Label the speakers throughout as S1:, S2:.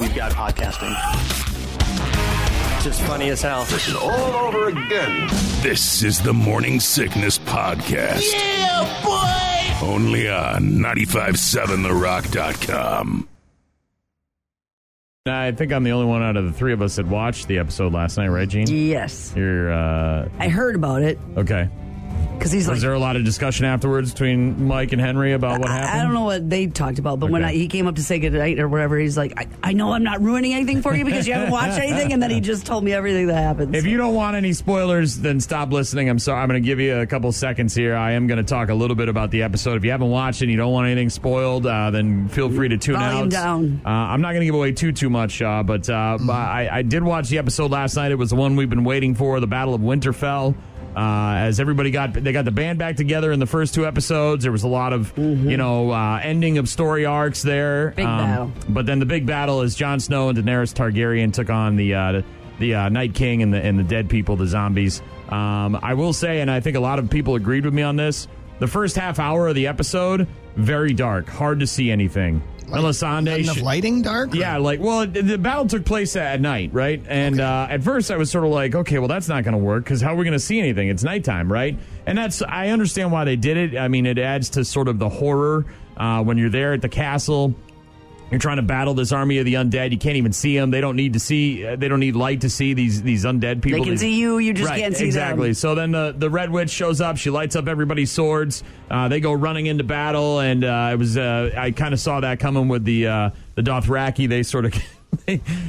S1: we've got podcasting.
S2: Just funny as hell.
S3: all over again.
S4: This is the Morning Sickness Podcast.
S5: Yeah, boy!
S4: Only on 957therock.com.
S6: I think I'm the only one out of the three of us that watched the episode last night, right, Gene?
S7: Yes.
S6: You're, uh,
S7: I heard about it
S6: okay.
S7: because he's like,
S6: Was there a lot of discussion afterwards between Mike and Henry about what happened?
S7: I, I don't know what they talked about, but when
S6: Okay.
S7: I, he came up to say goodnight or whatever, he's like, I, I know I'm not ruining anything for you because you haven't watched anything. And then he just told me everything that happened.
S6: If you don't want any spoilers, then stop listening. I'm sorry. I'm going to give you a couple seconds here. I am going to talk a little bit about the episode. If you haven't watched it and you don't want anything spoiled, uh, then feel free to tune
S7: Volume
S6: out.
S7: down.
S6: Uh, I'm not going to give away too, too much, uh, but uh,
S7: Mm-hmm.
S6: I, I did watch the episode last night. It was the one we've been waiting for, the Battle of Winterfell. Uh, as everybody got, they got the band back together in the first two episodes. There was a lot of, you know, uh, ending of story arcs there.
S7: Mm-hmm.
S6: Um,
S7: Big battle.
S6: But then the big battle is Jon Snow and Daenerys Targaryen took on the uh, the uh, Night King and the and the dead people, the zombies. Um, I will say, and I think a lot of people agreed with me on this. The first half hour of the episode, very dark, hard to see anything.
S5: Not
S6: Melisande,
S5: enough
S6: sh-
S5: lighting, dark?
S6: yeah, like well, the- the battle took place at night, right? And uh, at first, I was sort of like, okay, well, that's not going to work because how are we going to see anything? It's nighttime, right? And that's I understand why they did it. I mean, it adds to sort of the horror uh, when you're there at the castle. You're trying to battle this army of the undead. You can't even see them. They don't need to see. uh, They don't need light to see these these undead people.
S7: they can
S6: These-
S7: see you, you just
S6: right,
S7: can't see
S6: exactly.
S7: them.
S6: So then the, the Red Witch shows up. She lights up everybody's swords. Uh, they go running into battle, and uh, it was uh, I kind of saw that coming with the uh, the Dothraki. They sort of,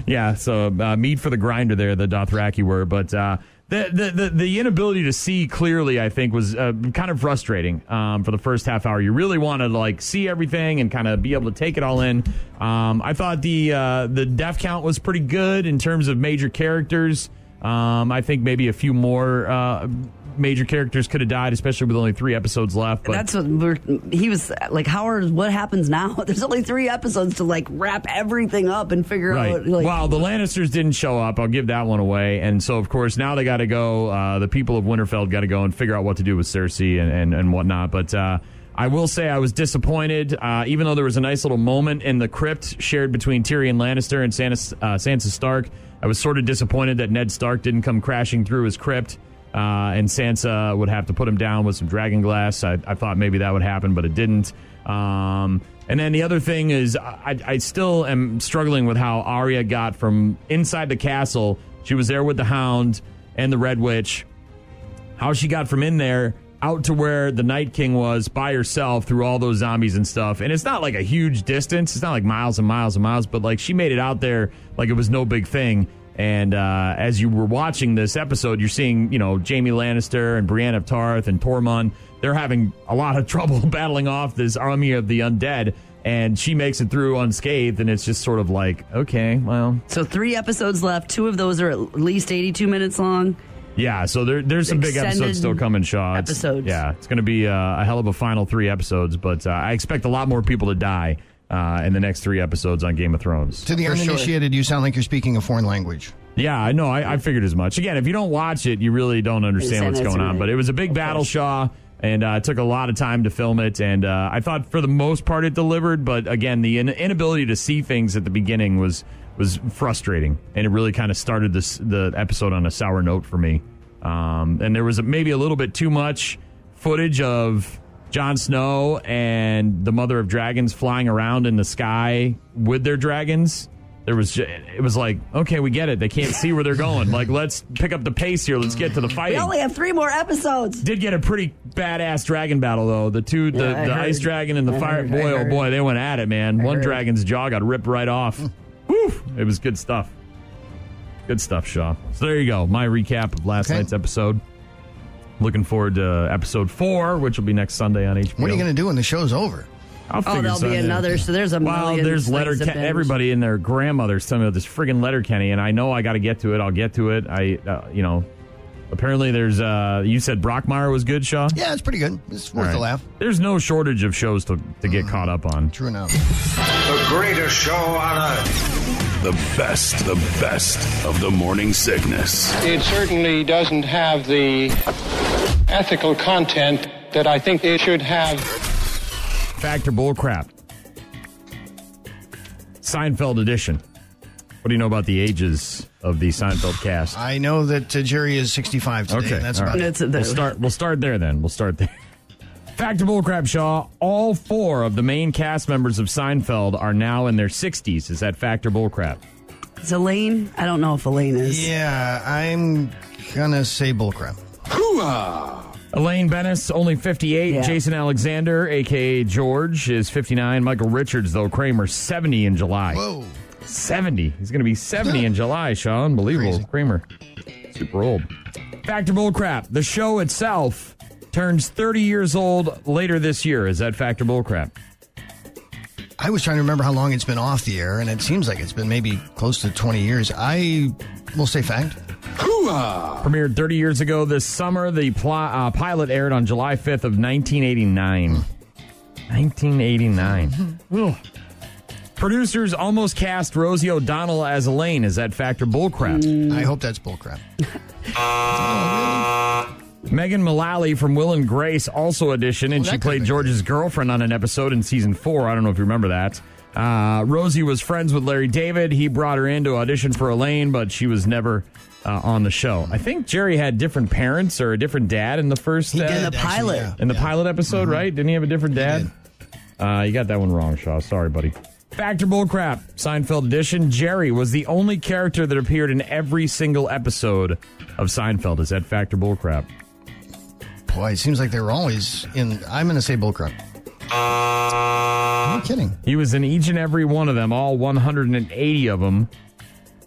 S6: yeah. So uh, meat for the grinder there. The Dothraki were, but. Uh, the, the, the, the inability to see clearly, I think, was uh, kind of frustrating um, for the first half hour. You really want to like see everything and kind of be able to take it all in. Um, I thought the uh, the death count was pretty good in terms of major characters. Um, I think maybe a few more uh, major characters could have died, especially with only three episodes left. But
S7: That's what we're, he was like. Howard, what happens now? There's only three episodes to like wrap everything up and figure
S6: right.
S7: out. Like,
S6: well, the Lannisters didn't show up. I'll give that one away. And so, of course, now they got to go. Uh, the people of Winterfell got to go and figure out what to do with Cersei and, and, and whatnot. But uh, I will say I was disappointed, uh, even though there was a nice little moment in the crypt shared between Tyrion Lannister and Sansa, uh, Sansa Stark. I was sort of disappointed that Ned Stark didn't come crashing through his crypt. Uh, and Sansa would have to put him down with some dragon glass. I, I thought maybe that would happen, but it didn't. Um, and then the other thing is, I, I still am struggling with how Arya got from inside the castle. She was there with the Hound and the Red Witch. How she got from in there out to where the Night King was by herself through all those zombies and stuff. And it's not like a huge distance. It's not like miles and miles and miles, but like she made it out there like it was no big thing. And uh, as you were watching this episode, you're seeing, you know, Jamie Lannister and Brienne of Tarth and Tormund. They're having a lot of trouble battling off this army of the undead. And she makes it through unscathed. And it's just sort of like, okay, well,
S7: so three episodes left. Two of those are at least 82 minutes long.
S6: Yeah, so there, there's some big
S7: Extended
S6: episodes still coming, Shaw. It's-
S7: episodes.
S6: Yeah, it's going to be uh, a hell of a final three episodes, but uh, I expect a lot more people to die uh, in the next three episodes on Game of Thrones.
S5: To the
S7: For sure.
S5: uninitiated, you sound like you're speaking a foreign language.
S6: Yeah, I know. I, I figured as much. Again, if you don't watch it, you really don't understand
S7: Understand
S6: what's
S7: that's
S6: going on.
S7: right.
S6: But it was a big battle, Shaw, and uh, it took a lot of time to film it. And uh, I thought for the most part it delivered, but again, the in- inability to see things at the beginning was was frustrating, and it really kind of started this the episode on a sour note for me. Um, and there was maybe a little bit too much footage of Jon Snow and the Mother of Dragons flying around in the sky with their dragons. There was ju- it was like okay, we get it. They can't see where they're going. Like let's pick up the pace here. Let's get to the
S7: We
S6: fighting.
S7: only have three more episodes.
S6: Did get a pretty badass dragon battle though. The two, the,
S7: Yeah, I
S6: the
S7: heard.
S6: ice dragon and the
S7: I
S6: fire.
S7: heard, I
S6: boy, oh
S7: heard.
S6: boy, they went at it, man. One
S7: heard. Hmm.
S6: dragon's jaw got ripped right off. Woof! It was good stuff. Good stuff, Shaw. So there you go. My recap of last
S5: Okay.
S6: night's episode. Looking forward to episode four, which will be next Sunday on HBO.
S5: What are you going to do when the show's over?
S6: I'll
S7: Oh,
S6: figure
S7: there'll be
S6: something.
S7: another. So there's a
S6: Well,
S7: million.
S6: there's
S7: things
S6: letter.
S7: to
S6: Ken-
S7: binge.
S6: everybody and their grandmother's telling me about this friggin' letter Kenny, and I know I got to get to it. I'll get to it. I, uh, you know, apparently there's. uh You said Brockmire was good, Shaw.
S5: Yeah, it's pretty good. It's worth
S6: All
S5: a
S6: right.
S5: laugh.
S6: There's no shortage of shows to, to get caught up on.
S5: True enough.
S3: The greatest show on earth.
S4: The best, the best of the morning sickness.
S8: It certainly doesn't have the ethical content that I think it should have.
S6: Factor bullcrap. Seinfeld edition. What do you know about the ages of the Seinfeld cast?
S5: I know that uh, Jerry is 65 today.
S6: Okay,
S5: That's
S6: all
S5: about
S6: right.
S5: it.
S7: That's it.
S6: We'll start. We'll start there. Then we'll start there. Fact of bullcrap, Shaw. All four of the main cast members of Seinfeld are now in their sixties. Is that fact or bullcrap?
S7: Is Elaine? I don't know if Elaine is.
S5: Yeah, I'm gonna say bullcrap.
S6: Elaine Bennis, only 58.
S7: Yeah.
S6: Jason Alexander, a.k.a. George, is 59. Michael Richards, though, Kramer, 70 in July.
S5: Whoa.
S6: 70. He's going to be 70 in July, Sean. Unbelievable.
S5: Crazy.
S6: Kramer, super old. Fact or bullcrap, the show itself turns 30 years old later this year. Is that fact or bullcrap?
S5: I was trying to remember how long it's been off the air, and it seems like it's been maybe close to 20 years. I will say fact.
S6: Premiered 30 years ago this summer. The pl- uh, pilot aired on July 5th of 1989. 1989. Ugh. Producers almost cast Rosie O'Donnell as Elaine. Is that fact or bullcrap?
S5: I hope that's bullcrap.
S6: Megan Mullally from Will and Grace also auditioned, and
S5: that
S6: she
S5: could've
S6: played
S5: been
S6: George's girlfriend on an episode in season four. I don't know if you remember that. Uh, Rosie was friends with Larry David. He brought her in to audition for Elaine, but she was never uh, on the show. I think Jerry had different parents or a different dad in the first. uh,
S5: did,
S7: the pilot.
S6: in the
S5: Yeah.
S6: pilot episode, right? Didn't he have a different dad? Uh, you got that one wrong, Shaw. Sorry, buddy. Factor bullcrap. Seinfeld edition. Jerry was the only character that appeared in every single episode of Seinfeld. Is that factor bullcrap?
S5: Boy, it seems like they were always in. I'm gonna say bullcrap. No kidding.
S6: He was in each and every one of them, all 180 of them.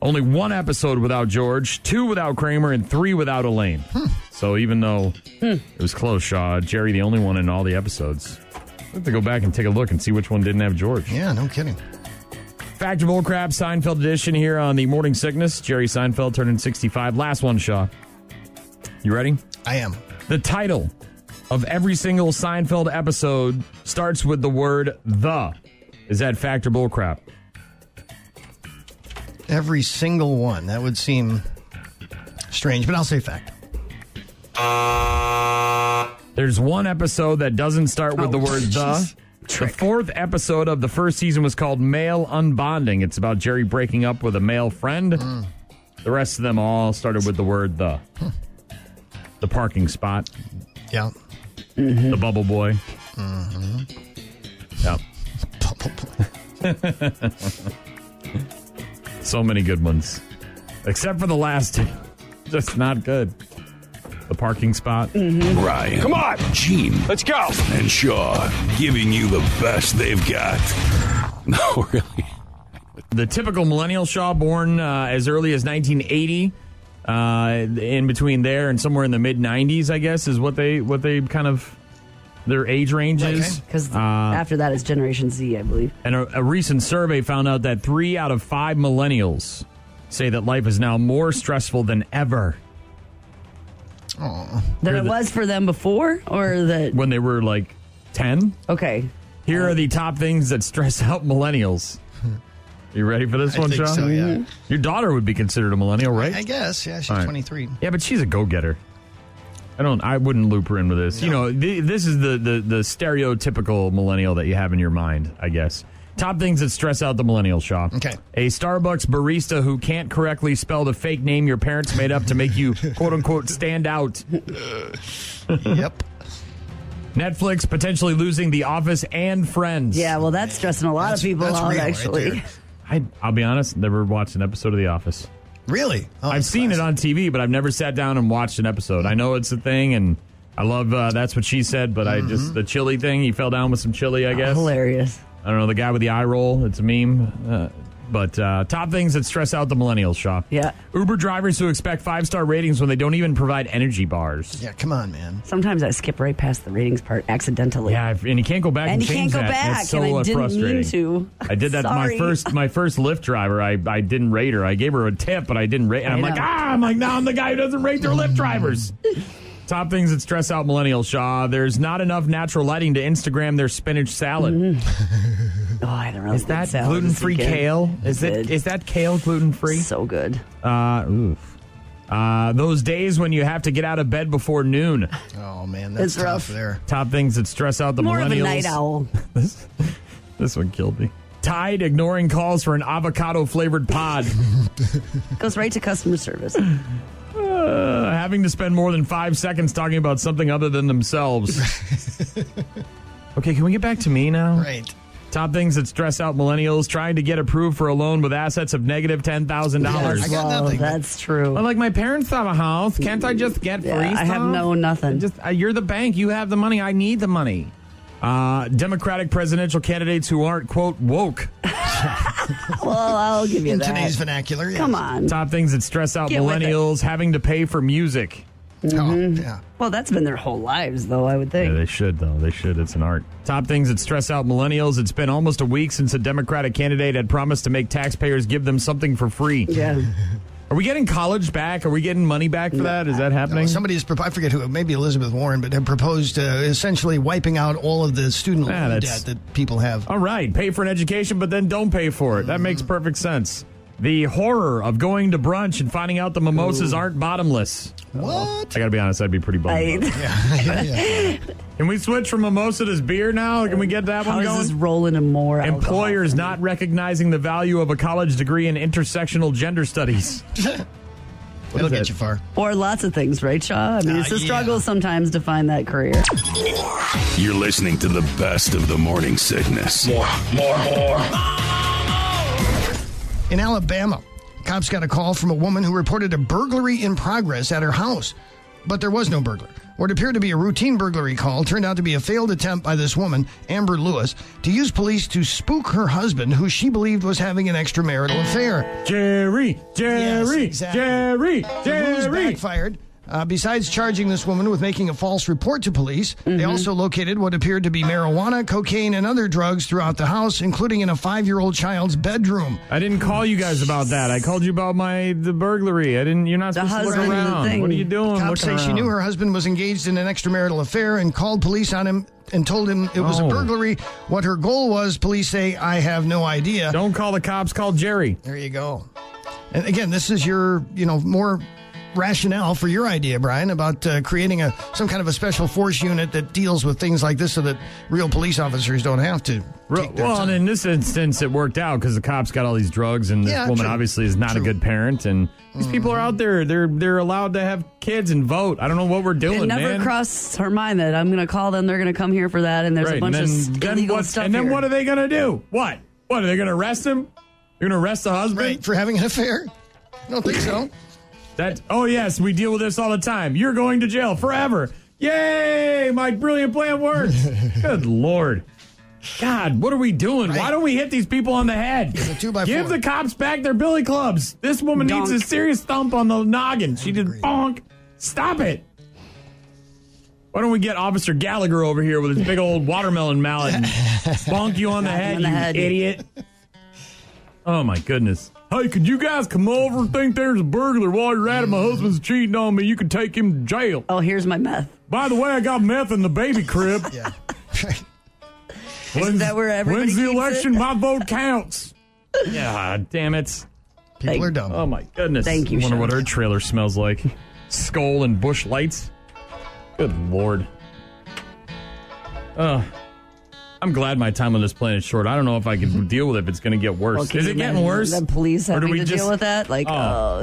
S6: Only one episode without George, two without Kramer, and three without Elaine. So even though it was close, Shaw, Jerry the only one in all the episodes. I have to go back and take a look and see which one didn't have George.
S5: Yeah, no kidding.
S6: Fact of old crap, Seinfeld edition here on the Morning Sickness. Jerry Seinfeld turning 65. Last one, Shaw. You ready?
S5: I am.
S6: The title of every single Seinfeld episode starts with the word the. Is that fact or bullcrap?
S5: Every single one. That would seem strange, but I'll say fact.
S6: There's one episode that doesn't start with the word the. The fourth episode of the first season was called Male Unbonding. It's about Jerry breaking up with a male friend. The rest of them all started with the word the. The parking spot.
S5: Yeah.
S6: the bubble boy. Yeah,
S5: Probably.
S6: so many good ones, except for the last two. Just not good. The parking spot.
S4: Ryan. Come on. Gene. Let's go. And Shaw giving you the best they've got. No, really.
S6: The typical millennial Shaw, born uh, as early as 1980, uh, in between there and somewhere in the mid 90s, I guess, is what they what they kind of their age range is.
S7: Because after that is Generation Z, I believe.
S6: And a, a recent survey found out that three out of five millennials say that life is now more stressful than ever.
S7: That
S6: You're
S7: it
S6: the-
S7: was for them before, or that.
S6: When they were like 10,
S7: Okay.
S6: Here are
S5: Um,
S6: the top things that stress out millennials. You ready for this
S5: I
S6: one,
S5: think
S6: Sean?
S5: so, yeah.
S6: Your daughter would be considered a millennial, right?
S5: I guess. Yeah, she's
S6: All right.
S5: 23.
S6: yeah, but she's a go-getter. I don't. I wouldn't loop her in with this. You know, th- this is the, the the stereotypical millennial that you have in your mind, I guess. Top things that stress out the millennial, Shaw.
S5: Okay.
S6: A Starbucks barista who can't correctly spell the fake name your parents made up to make you quote unquote stand out.
S5: yep.
S6: Netflix potentially losing The Office and Friends.
S7: Yeah, well, that's stressing a lot
S5: That's-
S7: of people
S5: that's
S7: out,
S5: real right
S7: actually.
S5: there.
S6: I, I'll be honest. Never watched an episode of The Office.
S5: Really? Oh,
S6: I've
S5: that's
S6: seen it
S5: classic.
S6: on TV, but I've never sat down and watched an episode. I know it's a thing, and I love uh, that's what she said. But I
S7: Mm-hmm.
S6: just the chili thing. He fell down with some chili, I guess.
S7: Hilarious.
S6: I don't know the guy with the eye roll. It's a meme. Uh, but uh, top things that stress out the millennials, shop.
S7: Yeah.
S6: Uber drivers who expect five star ratings when they don't even provide energy bars.
S5: Yeah, come on, man.
S7: Sometimes I skip right past the ratings part accidentally.
S6: Yeah, if- and you can't go back and,
S7: And you
S6: change
S7: can't go
S6: that.
S7: back,
S6: That's so
S7: and I
S6: uh,
S7: didn't
S6: frustrating.
S7: mean to.
S6: I did that to my
S7: Sorry.
S6: first my first Lyft driver. I, I didn't rate her. I gave her a tip, but I didn't rate. And I'm
S7: I
S6: like,
S7: know.
S6: ah, I'm like, now I'm the guy who doesn't rate their Lyft drivers. Top things that stress out millennials, Shaw. There's not enough natural lighting to Instagram their spinach salad.
S7: Mm-hmm. Oh, I don't know.
S6: Is that gluten free kale? Is it
S7: Good.
S6: is that kale gluten free?
S7: So good.
S6: Uh, oof. Uh, those days when you have to get out of bed before noon.
S5: Oh, man. That's
S7: It's rough.
S5: tough there.
S6: Top things that stress out the
S7: More
S6: millennials.
S7: of a night owl.
S6: This one killed me. tied ignoring calls for an avocado flavored pod.
S7: Goes right to customer service.
S6: Uh, having to spend more than five seconds talking about something other than themselves. okay, can we get back to me now?
S5: Right.
S6: Top things that stress out millennials trying to get approved for a loan with assets of negative $10,000.
S5: I got
S7: Well,
S5: nothing.
S7: that's true.
S6: Well, like my parents have a house. Can't I just get free
S7: Yeah, I have
S6: stuff?
S7: no nothing.
S6: Just uh, you're the bank. You have the money. I need the money. Uh, Democratic presidential candidates who aren't quote woke.
S7: well, I'll give you
S5: In
S7: that.
S5: today's vernacular. yes.
S7: Come on.
S6: Top things that stress out
S7: Get with it.
S6: millennials having to pay for music.
S7: Mm-hmm.
S5: Oh, yeah.
S7: Well, that's been their whole lives, though. I would think.
S6: they should though. They should. It's an art. Top things that stress out millennials. It's been almost a week since a Democratic candidate had promised to make taxpayers give them something for free.
S7: yeah.
S6: Are we getting college back? Are we getting money back for that? Is that happening?
S5: Somebody's, propo- I forget who, maybe Elizabeth Warren, but had proposed uh, essentially wiping out all of the student
S6: Yeah,
S5: loan
S6: Ah, that's- Oh.
S5: debt that people have.
S6: All right, pay for an education, but then don't pay for it. That makes perfect sense. The horror of going to brunch and finding out the mimosas aren't bottomless.
S5: What?
S6: I gotta be honest, I'd be pretty bummed.
S7: I,
S6: about it. Can we switch from mimosa to beer now? Can we get that
S7: how
S6: one
S7: does this
S6: going?
S7: roll into more alcohol?
S6: Employers not recognizing the value of a college degree in intersectional gender studies.
S5: It'll
S6: it?
S5: get you far.
S7: or lots of things, right, Shaw? I mean,
S5: Uh,
S7: it's a
S5: yeah.
S7: struggle sometimes to find that career.
S4: You're listening to the best of the morning sickness.
S5: In Alabama, cops got a call from a woman who reported a burglary in progress at her house, but there was no burglar. What appeared to be a routine burglary call turned out to be a failed attempt by this woman, Amber Lewis, to use police to spook her husband, who she believed was having an extramarital affair.
S6: Jerry, Jerry,
S5: exactly.
S6: Jerry,
S5: The ruse
S6: Jerry.
S5: backfired. Uh, besides charging this woman with making a false report to police, they
S6: Mm-hmm.
S5: also located what appeared to be marijuana, cocaine, and other drugs throughout the house, including in a five year old child's bedroom.
S6: I didn't call you guys about that. I called you about my the burglary. I didn't. You're not
S7: The
S6: supposed to look
S7: husband
S6: around.
S7: thing.
S6: What are you doing?
S5: Cops say
S6: looking
S5: she
S6: around?
S5: knew her husband was engaged in an extramarital affair and called police on him and told him it was
S6: Oh.
S5: a burglary. What her goal was, police say, I have no idea.
S6: Don't call the cops. Call Jerry.
S5: There you go. And again, this is your, you know, more rationale for your idea, Brian, about uh, creating a some kind of a special force unit that deals with things like this, so that real police officers don't have to.
S6: Re-
S5: take their
S6: Well,
S5: time.
S6: and in this instance, it worked out because the cops got all these drugs, and this
S5: Yeah,
S6: woman
S5: true.
S6: obviously is not a
S5: True.
S6: good parent. And these people are out there; they're they're allowed to have kids and vote. I don't know what we're doing,
S7: It never
S6: man.
S7: crossed her mind that I'm going to call them. They're going to come here for that, and there's
S6: right.
S7: a bunch
S6: and then,
S7: of
S6: then
S7: illegal
S6: what-
S7: stuff.
S6: And then
S7: here.
S6: what are they going to do? What? What are they going to arrest him? You're going to arrest the husband?
S5: right for having an affair? I don't think so.
S6: That? Oh yes, we deal with this all the time. You're going to jail forever. Yay! My brilliant plan worked. good lord. God, what are we doing? Why
S5: Right.
S6: don't we hit these people on the head?
S5: a two by
S6: Give
S5: four.
S6: the cops back their billy clubs. This woman
S7: Donk.
S6: needs a serious thump on the noggin. She did
S5: agree.
S6: bonk. Stop it. Why don't we get Officer Gallagher over here with his big old watermelon mallet and bonk you on the head,
S7: on the
S6: you
S7: head.
S6: idiot? Oh my goodness. Hey, could you guys come over and think there's a burglar while you're at it? My husband's cheating on me. You could take him to jail.
S7: Oh, here's my meth.
S6: By the way, I got meth in the baby crib.
S5: Yeah.
S6: When's-
S7: that where everybody
S6: When's the
S7: keeps it?
S6: election? My vote counts. yeah, damn it.
S5: People are dumb.
S6: Oh my goodness.
S7: Thank you,
S6: I wonder
S7: Sean.
S6: what her trailer smells like. Skull and bush lights. Good lord. Uh I'm glad my time on this planet is short. I don't know if I can deal with it if it's going to get worse.
S7: Well, can
S6: is
S7: you
S6: it getting
S7: imagine
S6: worse?
S7: The police
S6: Or do
S7: having
S6: we
S7: to
S6: just-
S7: deal with that. Like, oh,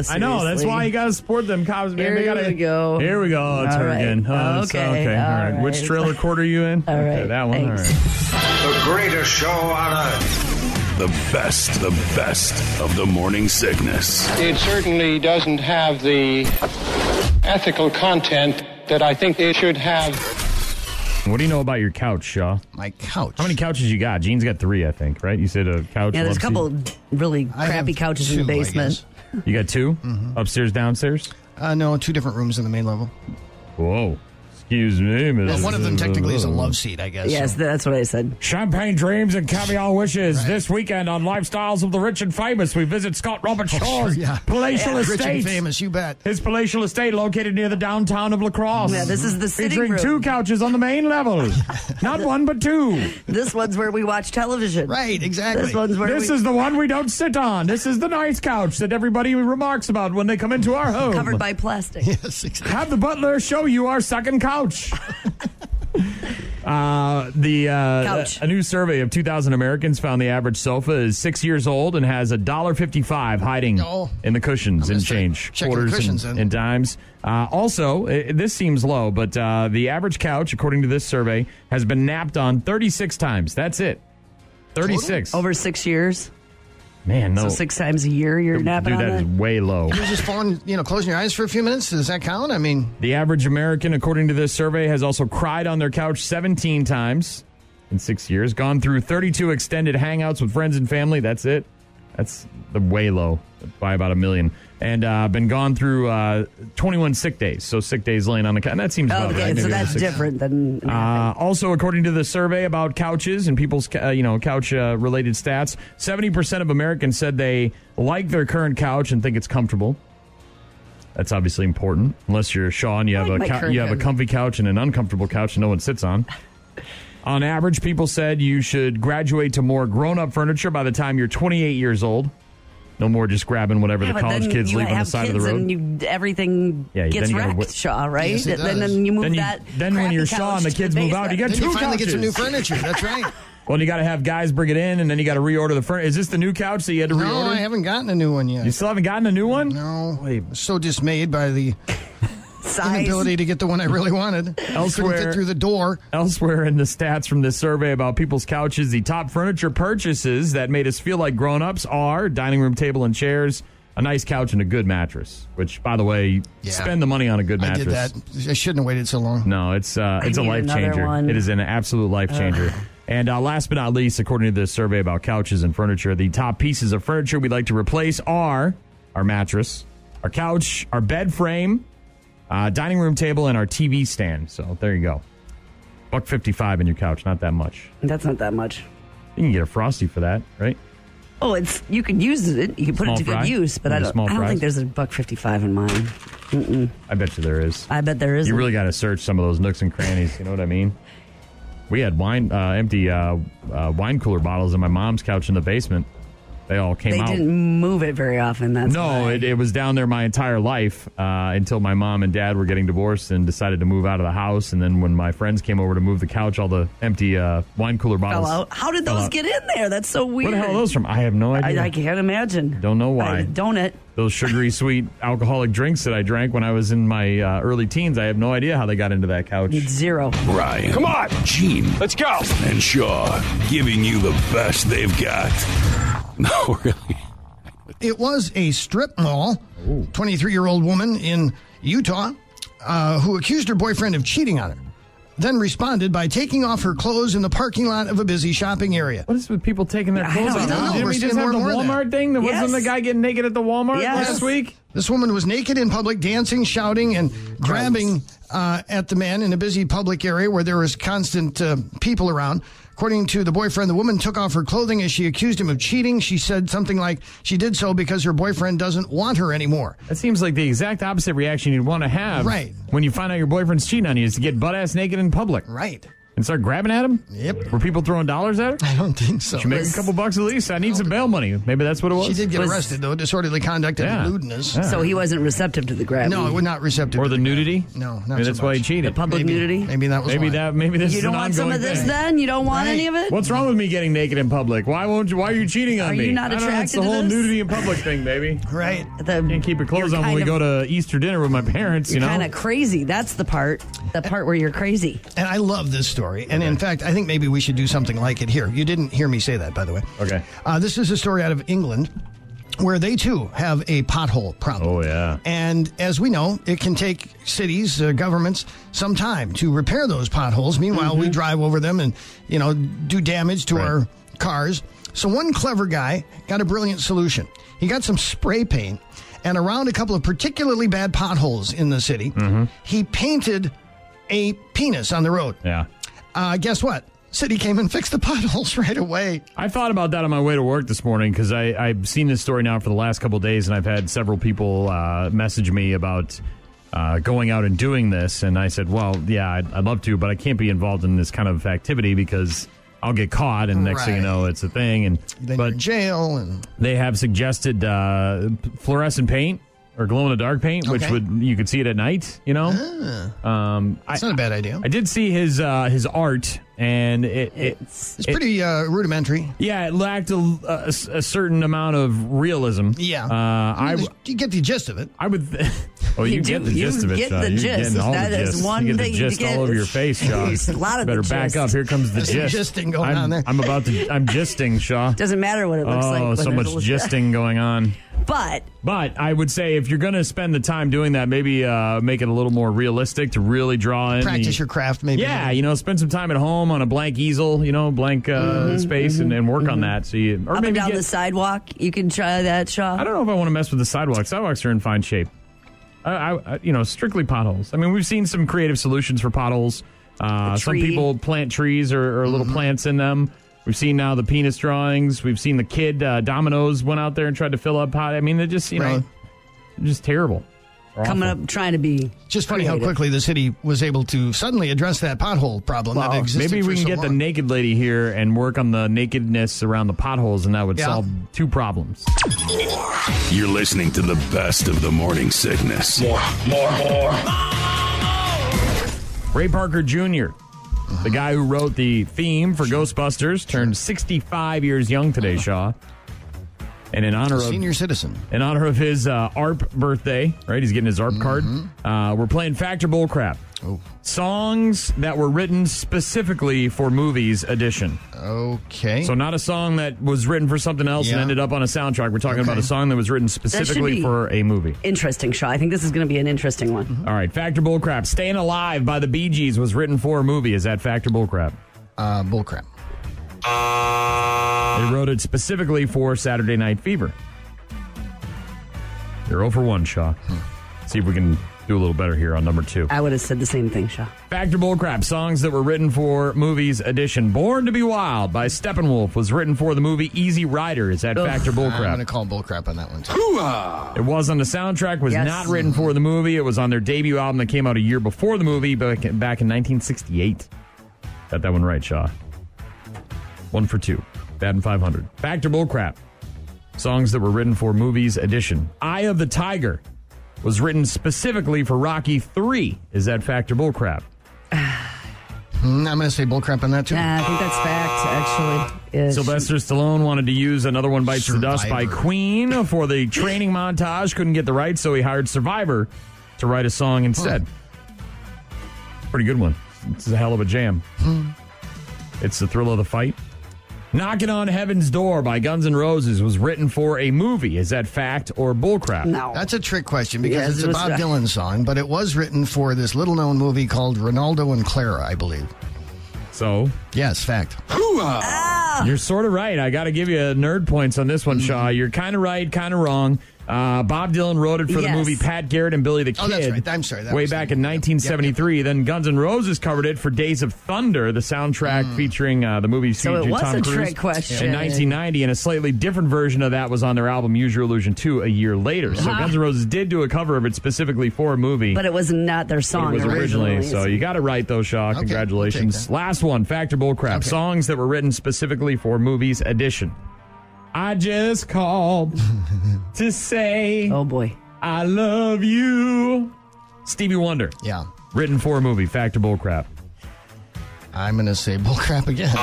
S6: I know. That's
S7: seriously.
S6: why you got to support them cops, man. they
S7: Here
S6: gotta,
S7: we go.
S6: Here we go. It's
S7: All
S6: her
S7: right.
S6: again. Oh, it's-
S7: Okay,
S6: okay.
S7: all
S6: All right. Which
S7: right.
S6: trailer court are you in?
S7: All
S6: okay,
S7: right,
S6: That one.
S7: thanks.
S6: All right.
S3: The greatest show on earth.
S4: The best, the best of the morning sickness.
S8: It certainly doesn't have the ethical content that I think it should have.
S6: What do you know about your couch, Shaw?
S5: My couch.
S6: How many couches you got? Gene's got three, I think. Right? You said a couch.
S7: Yeah, there's a
S6: love seat.
S7: couple really
S5: I have
S7: crappy couches in
S5: two,
S7: the
S5: I
S7: basement.
S6: You got 2
S5: Mm-hmm.
S6: Upstairs, downstairs.
S5: guess. Uh, no, two different rooms in the main level.
S6: Whoa. Excuse me, Mrs.
S5: Well, one of them technically is a love seat, I guess.
S7: Yes, that's what I said.
S6: Champagne dreams and caviar wishes. This weekend on Lifestyles of the Rich and Famous, we visit Scott Robert
S5: Oh,
S6: Shaw's
S5: sure, yeah.
S6: palatial
S5: Yeah,
S6: estate.
S5: Rich and famous, you bet.
S6: His palatial estate located near the downtown of La Crosse.
S7: Yeah, this is the sitting
S6: Featuring
S7: room.
S6: two couches on the main level. Not one, but two.
S7: This one's where we watch television.
S5: Right, exactly.
S7: This one's where
S6: This
S7: we
S6: is the one we don't sit on. This is the nice couch that everybody remarks about when they come into our home.
S7: covered by plastic.
S5: Yes, exactly.
S6: Have the butler show you our second couch. Uh, the uh,
S7: Couch.
S6: a new survey of 2,000 Americans found the average sofa is six years old and has a dollar fifty-five hiding
S5: Oh.
S6: in the cushions
S5: I'm
S6: and
S5: gonna start
S6: change
S5: checking the
S6: quarters
S5: cushions
S6: and,
S5: then.
S6: and dimes. Uh, also, i this seems low, but uh, the average couch, according to this survey, has been napped on 36 times. That's it. 36.
S7: Over six years,
S6: Man, no.
S7: so six times a year, you're napping
S6: Dude,
S7: on
S6: Oh. that is
S7: that.
S6: way low.
S5: You're just falling, you know, closing your eyes for a few minutes. Does that count? I mean,
S6: The average American, according to this survey, has also cried on their couch 17 times in six years, gone through 32 extended hangouts with friends and family. That's it. That's the way low by about a million. And uh, been gone through uh, 21 sick days. So sick days laying on the couch. And that seems
S7: Oh,
S6: about
S7: okay,
S6: right.
S7: so
S6: Maybe
S7: that's
S6: six-
S7: different than.
S6: uh, also, according to the survey about couches and people's, uh, you know, couch-related stats, seventy percent of Americans said they like their current couch and think it's comfortable. That's obviously important, unless you're Sean. You
S7: I
S6: have
S7: like
S6: a
S7: my
S6: cou-
S7: current
S6: you have a
S7: couch.
S6: comfy couch and an uncomfortable couch, and no one sits on. On average, people said you should graduate to more grown-up furniture by the time you're 28 years old. No more just grabbing whatever
S7: Yeah,
S6: the
S7: but
S6: college
S7: then
S6: kids
S7: you
S6: leave on the
S7: have
S6: side of the
S7: kids
S6: road.
S7: And you, everything
S6: Yeah, you-
S7: gets
S6: then you gotta
S7: wrecked,
S6: whip-
S7: Shaw, right?
S5: Yes, it
S7: then,
S5: does.
S7: then you move
S6: Then you-
S7: that.
S6: then when
S7: crappy
S6: you're
S7: couch
S6: Shaw and the
S7: to
S6: kids move out, you
S7: basement.
S5: then you
S6: Two
S5: finally get some new
S6: couches.
S5: furniture. That's right.
S6: Well, and you got to have guys bring it in, and then you got to reorder the furniture. Is this the new couch that you had to
S5: No,
S6: reorder?
S5: I haven't gotten a new one yet.
S6: You still haven't gotten a new one?
S5: No, I'm so dismayed by the
S7: Size.
S5: inability to get the one I really wanted. Couldn't
S6: Elsewhere.
S5: fit through the door.
S6: Elsewhere in the stats from this survey about people's couches, the top furniture purchases that made us feel like grown ups are dining room table and chairs, a nice couch, and a good mattress. Which, by the way,
S5: Yeah.
S6: spend the money on a good
S5: I
S6: mattress.
S5: did that. I shouldn't have waited so long.
S6: No, it's uh, it's a
S7: need
S6: life
S7: another
S6: changer.
S7: one.
S6: It is an absolute life changer. And uh, last but not least, according to this survey about couches and furniture, the top pieces of furniture we'd like to replace are our mattress, our couch, our bed frame, uh, dining room table, and our TV stand. So there you go. Buck fifty five in your couch, not that much.
S7: That's not that much.
S6: You can get a frosty for that, right?
S7: Oh, it's you can use it. You can put
S6: Small
S7: it to
S6: fry?
S7: good use, but
S6: You
S7: I
S6: mean
S7: don't.
S6: small
S7: I don't
S6: fries?
S7: think there's a buck fifty-five in mine.
S6: I bet you there is.
S7: I bet there is.
S6: You really got to search some of those nooks and crannies. You know what I mean? We had wine, uh, empty uh, uh, wine cooler bottles on my mom's couch in the basement. They all came
S7: They
S6: out.
S7: didn't move it very often. That's
S6: no,
S7: why.
S6: it, it was down there my entire life uh, until my mom and dad were getting divorced and decided to move out of the house. And then when my friends came over to move the couch, all the empty uh, wine cooler
S7: fell
S6: bottles.
S7: out. How did
S6: fell
S7: those
S6: out.
S7: get in there? That's so
S6: Where
S7: weird.
S6: the hell are those from? I have no idea.
S7: I, I can't imagine.
S6: Don't know why.
S7: I don't it.
S6: those sugary, sweet alcoholic drinks that I drank when I was in my uh, early teens, I have no idea how they got into that couch.
S7: Zero.
S4: Ryan. Come on. Gene. Let's go. And Shaw giving you the best they've got. No, really.
S5: It was a strip mall. 23 year old woman in Utah uh, who accused her boyfriend of cheating on her, then responded by taking off her clothes in the parking lot of a busy shopping area.
S6: What is with people taking their
S7: I
S6: clothes
S7: don't
S6: off?
S7: know. I don't know.
S6: Didn't
S5: We're
S6: we just
S5: seeing
S6: have the
S5: more and more of
S6: Walmart thing? There
S7: Yes.
S6: wasn't the guy getting naked at the Walmart
S7: Yes.
S6: last week?
S5: This woman was naked in public, dancing, shouting, and grabbing uh, at the man in a busy public area where there was constant uh, people around. According to the boyfriend, the woman took off her clothing as she accused him of cheating. She said something like she did so because her boyfriend doesn't want her anymore.
S6: That seems like the exact opposite reaction you'd want to have
S5: Right.
S6: when you find out your boyfriend's cheating on you is to get butt ass naked in public
S5: Right.
S6: and start grabbing at him?
S5: Yep.
S6: Were people throwing dollars at her?
S5: I don't think so.
S6: She made a couple bucks at least. I need some bail money. Maybe that's what it was.
S5: She did get
S7: Was-
S5: arrested, though. Disorderly conduct and
S6: Yeah.
S5: lewdness.
S7: So he wasn't receptive to the grab.
S5: No, it was not receptive.
S6: or the nudity?
S5: No, not
S6: Maybe
S5: so
S6: that's why he
S5: much.
S6: cheated.
S7: The public
S5: maybe,
S7: nudity.
S5: Maybe that was
S6: maybe
S5: why.
S6: that. Maybe this
S7: you
S6: is
S7: don't
S6: an
S7: want some
S6: ongoing
S7: of this
S6: thing.
S7: then? You don't want
S5: Right.
S7: any of it?
S6: What's wrong with me getting naked in public? Why won't you? Why are you cheating on
S7: Are
S6: me?
S7: you not
S6: I don't know, it's
S7: attracted
S6: the
S7: to
S6: whole
S7: this?
S6: nudity in public thing, baby.
S5: Right.
S7: The,
S6: Can't keep your clothes on when we go to Easter dinner with my parents. You know,
S7: Kind of crazy. That's the part. The part where you're crazy.
S5: And I love this story. And in fact, I think maybe we should do something like it here. You didn't hear me say that, by the way.
S6: Okay.
S5: Uh, this is a story out of England where they too have a pothole problem.
S6: Oh, yeah.
S5: And as we know, it can take cities, uh, governments, some time to repair those potholes. Meanwhile, we drive over them and, you know, do damage to
S6: Mm-hmm. Right.
S5: our cars. So one clever guy got a brilliant solution. He got some spray paint and around a couple of particularly bad potholes in the city,
S6: Mm-hmm.
S5: he painted a penis on the road.
S6: Yeah.
S5: Uh, guess what? City came and fixed the potholes right away.
S6: I thought about that on my way to work this morning because I've seen this story now for the last couple of days, and I've had several people uh, message me about uh, going out and doing this. And I said, well, yeah, I'd, I'd love to, but I can't be involved in this kind of activity because I'll get caught, and next thing you
S5: Right.
S6: know, it's a thing. And
S5: Then you're
S6: but
S5: in jail and
S6: they have suggested uh, p- fluorescent paint or glow in the dark paint, which
S5: Okay. Oh,
S6: would you could see it at night. You know, um, I,
S5: It's not a bad idea.
S6: I did see his uh, his art, and it, it
S7: It's
S5: It's
S6: it-
S5: pretty uh, rudimentary.
S6: yeah, it lacked a, a- a certain amount of realism.
S5: Yeah.
S6: uh,
S5: I
S6: I
S5: mean, you get the gist of it.
S6: I would. Th- oh, you,
S7: You
S6: get
S7: do-
S6: the
S7: you
S6: gist of it,
S7: get
S6: Shaw.
S7: the
S6: You're
S7: gist.
S6: getting all
S7: That
S6: the
S7: is
S6: gist.
S7: one
S6: you get
S7: thing
S6: the
S7: you
S6: gist
S7: get.
S6: all over your face, Shaw.
S7: There's a lot of the
S6: Better back
S7: gist.
S6: up. Here comes the
S5: There's some
S6: gist.
S5: gisting going
S6: I'm,
S5: on there.
S6: I'm about to. I'm gisting, Shaw.
S7: Doesn't matter what it looks
S6: oh,
S7: like. but
S6: so
S7: there's
S6: much
S7: a little-
S6: gisting going on.
S7: But
S6: But I would say if you're going to spend the time doing that, maybe uh, make it a little more realistic to really draw in.
S5: Practice
S6: the,
S5: your craft, maybe.
S6: yeah, you know, spend some time at home on a blank easel, you know, blank uh, space, and, and work on that. So you, or
S7: Mm-hmm, up and
S6: maybe
S7: down
S6: get-
S7: the sidewalk, you can try that, Shaw.
S6: I don't know if I want to mess with the sidewalks. Sidewalks are in fine shape. I, I, I- you know, strictly potholes. I mean, we've seen some creative solutions for potholes. Uh,
S7: A
S6: some
S7: tree. Mm-hmm.
S6: people plant trees or, or little plants in them. We've seen now the penis drawings. We've seen the kid uh, dominoes went out there and tried to fill up pot. I mean, they're just you
S5: Right.
S6: know, they're just terrible. They're
S7: Coming
S6: awful.
S7: up, trying to be.
S5: Just funny how
S7: Creative.
S5: quickly the city was able to suddenly address that pothole problem that
S6: Well,
S5: existed.
S6: Oh, maybe we
S5: for
S6: can
S5: so
S6: get the
S5: long.
S6: naked lady here and work on the nakedness around the potholes, and that would
S5: Yeah.
S6: solve two problems.
S4: You're listening to the best of the morning sickness.
S3: More, more, more.
S6: Ray Parker Jr., the guy who wrote the theme for Ghostbusters, turned 65 years young today, Shaw. And in honor of
S5: Uh-huh. senior citizen.
S6: in honor of his uh, ARP birthday, right? He's getting his ARP card. Uh, we're playing Factor Bullcrap.
S5: Mm-hmm. Oh.
S6: Songs that were written specifically for movies edition.
S5: Okay.
S6: So not a song that was written for something else and
S5: Yeah.
S6: ended up on a soundtrack. We're talking
S5: Okay.
S6: about a song that was written specifically
S7: be-
S6: for a movie.
S7: Interesting, Shaw. I think this is going to be an interesting one.
S6: All right, Factor Bullcrap. Staying Alive by the Bee Gees was written for a movie. Is that Factor Bullcrap?
S5: uh, bullcrap.
S6: They wrote it specifically for Saturday Night Fever. They're 0 for 1, Shaw. See if we can do a little better here on number two.
S7: I would have said the same thing, Shaw.
S6: Factor Bullcrap, songs that were written for movies edition. Born to Be Wild by Steppenwolf was written for the movie Easy Rider. Is that Factor
S5: I'm going
S6: Bullcrap?
S5: to call bullcrap on that one. Too.
S6: It was on the soundtrack, was
S7: Yes.
S6: not written for the movie. It was on their debut album that came out a year before the movie, back, back in 1968. Got that one right, Shaw. One for two. Bad and 500. Factor Bullcrap. Songs that were written for movies edition. Eye of the Tiger was written specifically for Rocky 3. Is that Factor Bullcrap?
S5: Mm, I'm going to say bullcrap on that too.
S7: Nah, I think that's fact, actually. Yeah,
S6: Sylvester Stallone wanted to use another one bites the dust by
S5: Survivor.
S6: Queen for the training montage. Couldn't get the rights, so he hired Survivor to write a song instead. Pretty good one. It's a hell of a jam. It's the thrill of the fight. Knocking on Heaven's Door by Guns N' Roses was written for a movie. Is that fact or bullcrap?
S7: No.
S5: That's a trick question because
S7: Yes,
S5: it's
S7: it
S5: a
S7: was
S5: Bob
S7: right.
S5: Dylan song, but it was written for this little known movie called Ronaldo and Clara, I believe.
S6: So
S5: Yes, fact.
S6: You're sort of right. I got to give you nerd points on this one,
S5: Mm-hmm.
S6: Shaw. You're kind of right, kind of wrong. Uh, Bob Dylan wrote it for the
S7: Yes.
S6: movie Pat Garrett and Billy the Kid.
S5: Oh, that's right. I'm sorry. That
S6: way
S5: was
S6: back
S5: the-
S6: in
S5: yep, yep, yep.
S6: 1973. Then Guns N' Roses covered it for Days of Thunder, the soundtrack
S5: Mm.
S6: featuring uh, the movie.
S7: So it
S6: featuring
S7: was
S6: Tom
S7: a
S6: Cruise
S7: trick question.
S6: In 1990, and a slightly different version of that was on their album Use Your Illusion 2 a year later. So
S7: Ah.
S6: Guns N' Roses did do a cover of it specifically for a movie.
S7: but it was not their
S6: It
S7: song
S6: was originally, so you got it right though, Shaw.
S5: we'll
S6: Congratulations.
S5: take that.
S6: Last one, Factor Bullcrap.
S5: Okay.
S6: Songs that were written specifically for movies edition. I just called to say
S7: oh boy.
S6: I love you. Stevie Wonder.
S5: Yeah.
S6: Written for a movie, Factor Bullcrap.
S5: I'm going to say bullcrap again.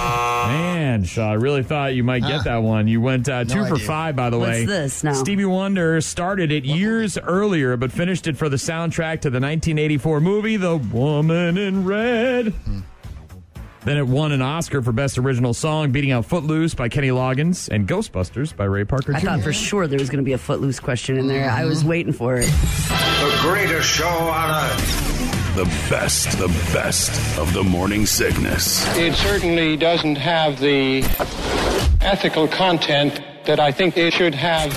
S6: Man, Shaw, I really thought you might get
S5: Huh.
S6: that one. You went uh, two
S5: No
S6: for
S5: idea.
S6: five, by the way.
S7: What's this now?
S6: Stevie Wonder started it years earlier, but finished it for the soundtrack to the 1984 movie The Woman in Red. Then it won an Oscar for Best Original Song, beating out Footloose by Kenny Loggins and Ghostbusters by Ray Parker
S7: I
S6: Jr.
S7: thought for sure there was going to be a footloose question in there. I was waiting for it.
S3: The greatest show on earth.
S4: The best, the best of the morning sickness.
S8: It certainly doesn't have the ethical content that I think it should have.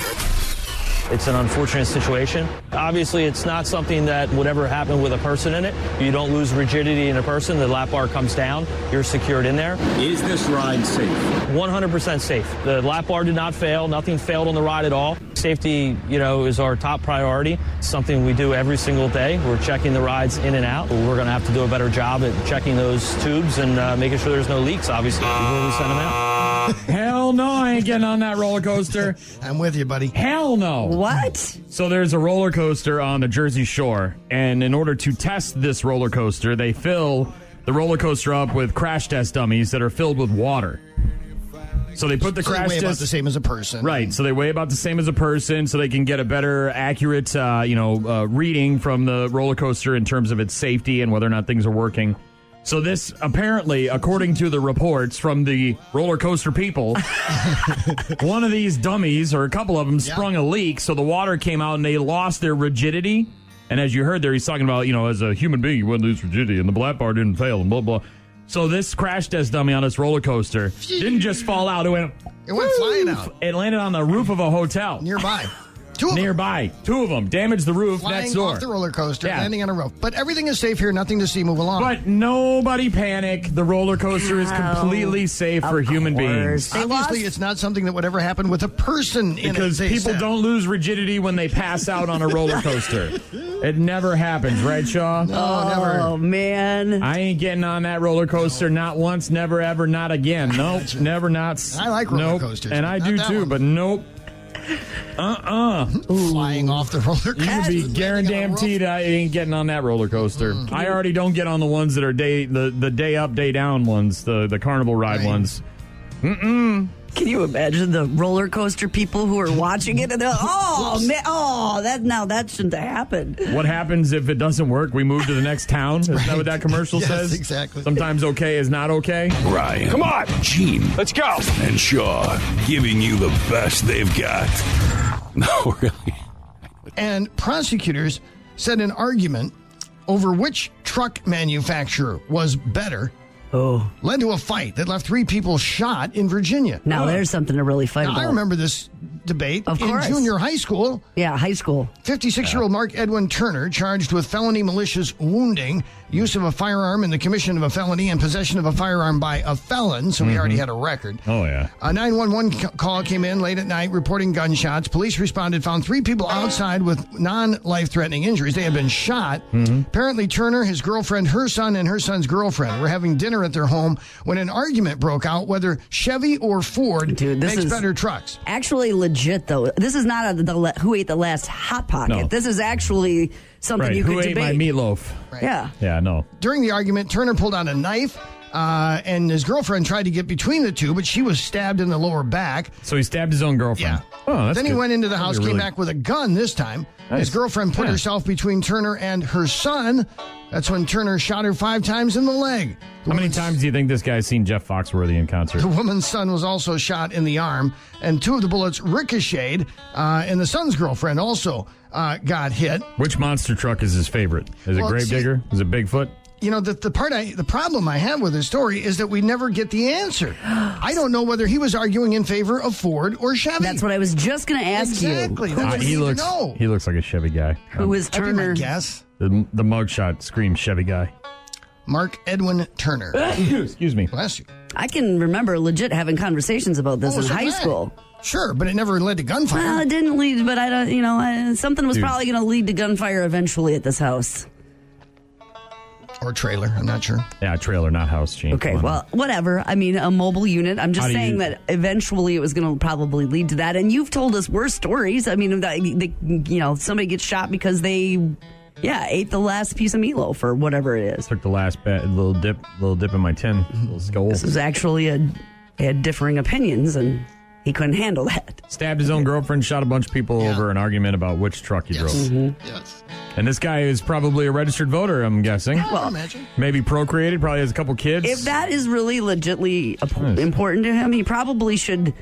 S2: It's an unfortunate situation. Obviously, it's not something that would ever happen with a person in it. You don't lose rigidity in a person. The lap bar comes down. You're secured in there.
S1: Is this ride safe?
S2: 100% safe. The lap bar did not fail. Nothing failed on the ride at all. Safety, you know, is our top priority. It's something we do every single day. We're checking the rides in and out. We're going to have to do a better job at checking those tubes and uh, making sure there's no leaks, obviously, before we send them out.
S6: Hell hell no, I ain't getting on that roller coaster.
S5: I'm with you, buddy.
S6: hell no.
S7: What?
S6: So there's a roller coaster on the Jersey Shore, and in order to test this roller coaster, they fill the roller coaster up with crash test dummies that are filled with water. So they put the
S5: So they
S6: crash
S5: weigh about
S6: test
S5: the same as a person.
S6: Right, so they weigh about the same as a person, so they can get a better, accurate, uh, you know, uh, reading from the roller coaster in terms of its safety and whether or not things are working. So this, apparently, according to the reports from the roller coaster people, one of these dummies or a couple of them sprung a leak, so the water came out and they lost their rigidity. And as you heard there, he's talking about, you know, as a human being, you wouldn't lose rigidity, and the black bar didn't fail, and blah blah. So this crash test dummy on this roller coaster didn't just fall out; it went.
S5: It went flying out
S6: It landed on the roof of a hotel
S5: nearby. Two of them
S6: nearby. Two of them damaged the roof next
S5: flying
S6: door.
S5: off the roller coaster,
S6: Yeah.
S5: landing on a rope. But everything is safe here. Nothing to see. Move along.
S6: But nobody panic. The roller coaster is
S7: Wow.
S6: completely safe for
S7: Of
S6: human
S7: course.
S6: beings.
S7: They
S5: Obviously,
S7: lost-
S5: it's not something that would ever happen with a person in it,
S6: Because
S5: they
S6: people
S5: said.
S6: don't lose rigidity when they pass out on a roller coaster. it never happens, right, Shaw?
S5: Oh, never.
S7: Oh man.
S6: I ain't getting on that roller coaster. Not once, never, ever, not again. Nope, never, not. s-
S5: I like roller
S6: nope.
S5: coasters,
S6: and
S5: but
S6: I
S5: not
S6: do
S5: that
S6: too.
S5: one.
S6: But nope,
S5: Flying off the roller coaster.
S6: You can be guaranteed
S5: guaranteed.
S6: I ain't getting on that roller coaster.
S5: Mm-hmm.
S6: I already don't get on the ones that are day the, the day up, day down ones, the, the carnival ride
S5: Right.
S6: ones.
S7: Can you imagine the roller coaster people who are watching it and they're like, oh man, oh that now that shouldn't have happened.
S6: What happens if it doesn't work? We move to the next town. Is that what that commercial
S5: Yes,
S6: says?
S5: exactly.
S6: Sometimes okay is not okay.
S4: Ryan. Come on. Gene. Let's go. And Shaw giving you the best they've got. No, really.
S5: And prosecutors said an argument over which truck manufacturer was better
S7: Oh,
S5: led to a fight that left three people shot in Virginia.
S7: now there's something to really fight
S5: Now,
S7: about.
S5: I remember this debate
S7: Of
S5: in
S7: course.
S5: junior high school.
S7: Yeah, high school.
S5: 56 year old Mark Edwin Turner, charged with felony malicious wounding, use of a firearm in the commission of a felony, and possession of a firearm by a felon. So he already had a record.
S6: Oh yeah.
S5: A 911 ca- call came in late at night reporting gunshots. Police responded, found three people outside with non life threatening injuries. They had been shot.
S6: Mm-hmm.
S5: Apparently, Turner, his girlfriend, her son, and her son's girlfriend were having dinner at their home when an argument broke out whether Chevy or Ford
S7: Dude, this
S5: makes
S7: is-
S5: better trucks.
S7: Actually, legit though. This is not a, the le- who ate the last hot pocket.
S6: No.
S7: This is actually something
S6: Right.
S7: you
S6: Who
S7: could
S6: ate
S7: debate.
S6: my meatloaf?
S7: Yeah.
S6: Yeah, no.
S5: During the argument, Turner pulled out a knife. Uh, and his girlfriend tried to get between the two, but she was stabbed in the lower back.
S6: So he stabbed his own girlfriend. Oh, that's
S5: then he
S6: good.
S5: went into the
S6: That'd
S5: house,
S6: be
S5: came
S6: really-
S5: back with a gun this time.
S6: Nice.
S5: His girlfriend put
S6: Yeah.
S5: herself between Turner and her son. That's when Turner shot her five times in the leg. The
S6: How many
S5: woman's-
S6: times do you think this guy's seen Jeff Foxworthy in concert?
S5: The woman's son was also shot in the arm, and two of the bullets ricocheted, uh, and the son's girlfriend also uh, got hit.
S6: Which monster truck is his favorite? Is it
S5: Well, see-
S6: Gravedigger? Is it Bigfoot?
S5: You know, the, the part I, the problem I have with this story is that we never get the answer. I don't know whether he was arguing in favor of Ford or Chevy.
S7: That's what I was just going to ask
S5: Exactly.
S7: you.
S5: Who
S6: Uh,
S5: would
S6: he
S5: even
S6: looks
S5: know?
S6: he looks like a Chevy guy.
S7: Who is
S5: That'd be my
S7: Turner?
S5: guess.
S6: The, the mugshot screams Chevy guy.
S5: Mark Edwin Turner.
S6: Excuse me.
S5: Bless you.
S7: I can remember legit having conversations about this
S5: Oh,
S7: in
S5: so
S7: high
S5: did I.
S7: school.
S5: Sure, but it never led to gunfire.
S7: Well, it didn't lead, but I don't. You know, I, something was
S6: Dude.
S7: probably going to lead to gunfire eventually at this house.
S5: or trailer. I'm not sure.
S6: Yeah, trailer, not house, Gene.
S7: Okay,
S6: Come on.
S7: well, whatever. I mean, a mobile unit. I'm
S6: How
S7: just
S6: do you-
S7: saying that eventually it was going to probably lead to that. And you've told us worse stories. I mean, that, they, you know, somebody gets shot because they, yeah, ate the last piece of meatloaf or whatever it is.
S6: took the last bit, little dip, little dip in my tin, little skull.
S7: This was actually a they had differing opinions, and he couldn't handle that.
S6: Stabbed his own girlfriend, shot a bunch of people
S5: Yeah.
S6: over an argument about which truck he
S5: Yes.
S7: Mm-hmm.
S5: Mm-hmm.
S6: drove.
S5: Yes.
S6: And this guy is probably a registered voter, I'm guessing.
S5: Well, imagine.
S6: Maybe procreated, probably has a couple kids.
S7: If that is really legitly ap- important to him, he probably should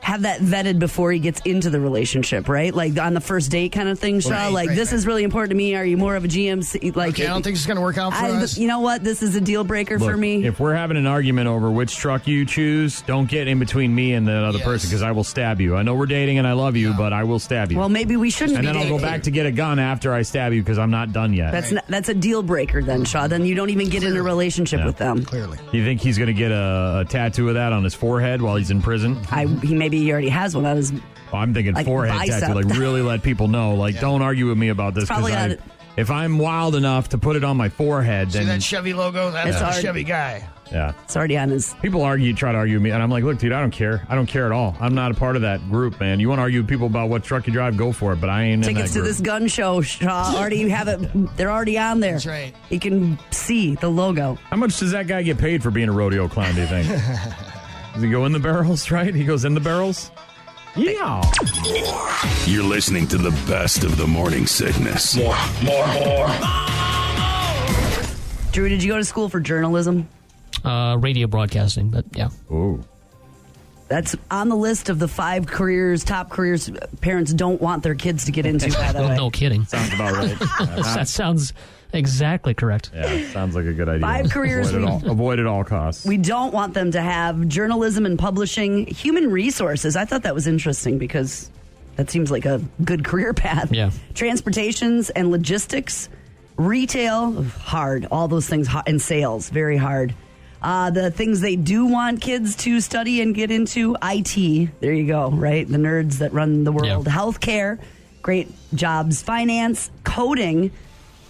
S7: have that vetted before he gets into the relationship, right? Like on the first date kind of thing, Shaw.
S5: Right,
S7: like
S5: right,
S7: this
S5: right.
S7: is really important to me. Are you more of a GMC? Like,
S5: Okay, I don't think it's going to work out for
S7: I-
S5: us.
S7: you know what? This is a deal breaker
S6: Look,
S7: for me.
S6: If we're having an argument over which truck you choose, don't get in between me and the other
S5: Yes.
S6: person because I will stab you. I know we're dating and I love you, but I will stab you.
S7: well, maybe we shouldn't
S6: and
S7: be
S6: then I'll
S7: dating.
S6: go back to get a gun after I stab you because I'm not done yet.
S7: That's not, that's a deal breaker then, Shaw. Then you don't even get in a relationship with them.
S5: Clearly.
S6: you think he's going to get a, a tattoo of that on his forehead while he's in prison?
S7: I he maybe he already has one on his
S6: Well, I'm thinking
S7: Like
S6: forehead
S7: bicep.
S6: tattoo. Like really let people know. Like don't argue with me about this because
S7: probably not-
S6: if I'm wild enough to put it on my forehead,
S5: See
S6: then
S5: that Chevy logo? That's
S7: It's
S5: a
S7: our-
S5: Chevy guy.
S6: Yeah.
S7: It's already on his.
S6: People argue, try to argue with me, and I'm like, look, dude, I don't care. I don't care at all. I'm not a part of that group, man. You want to argue with people about what truck you drive? Go for it, but I ain't
S7: Tickets to
S6: in that group.
S7: this gun show, Shaw. Already have it. They're already on there.
S5: That's right.
S7: You can see the logo.
S6: How much does that guy get paid for being a rodeo clown, do you think? does he go in the barrels, right? He goes in the barrels? Yeah.
S4: You're listening to the best of the morning sickness.
S3: More, more, more.
S7: Drew, did you go to school for journalism?
S9: Uh, radio broadcasting, but yeah.
S6: Ooh.
S7: That's on the list of the five careers, top careers parents don't want their kids to get into, by the
S9: Well,
S7: way.
S9: no kidding.
S6: Sounds about right.
S9: That sounds exactly correct.
S6: yeah, sounds like a good idea.
S7: Five careers
S6: Avoid at
S7: we-
S6: all, avoid at all costs.
S7: We don't want them to have journalism and publishing, human resources. I thought that was interesting because that seems like a good career path.
S9: Yeah.
S7: Transportations and logistics, retail, hard. All those things, ho- and sales, very hard. Uh, the things they do want kids to study and get into IT. There you go, right? The nerds that run the world.
S9: Yeah.
S7: Healthcare, great jobs. Finance, coding.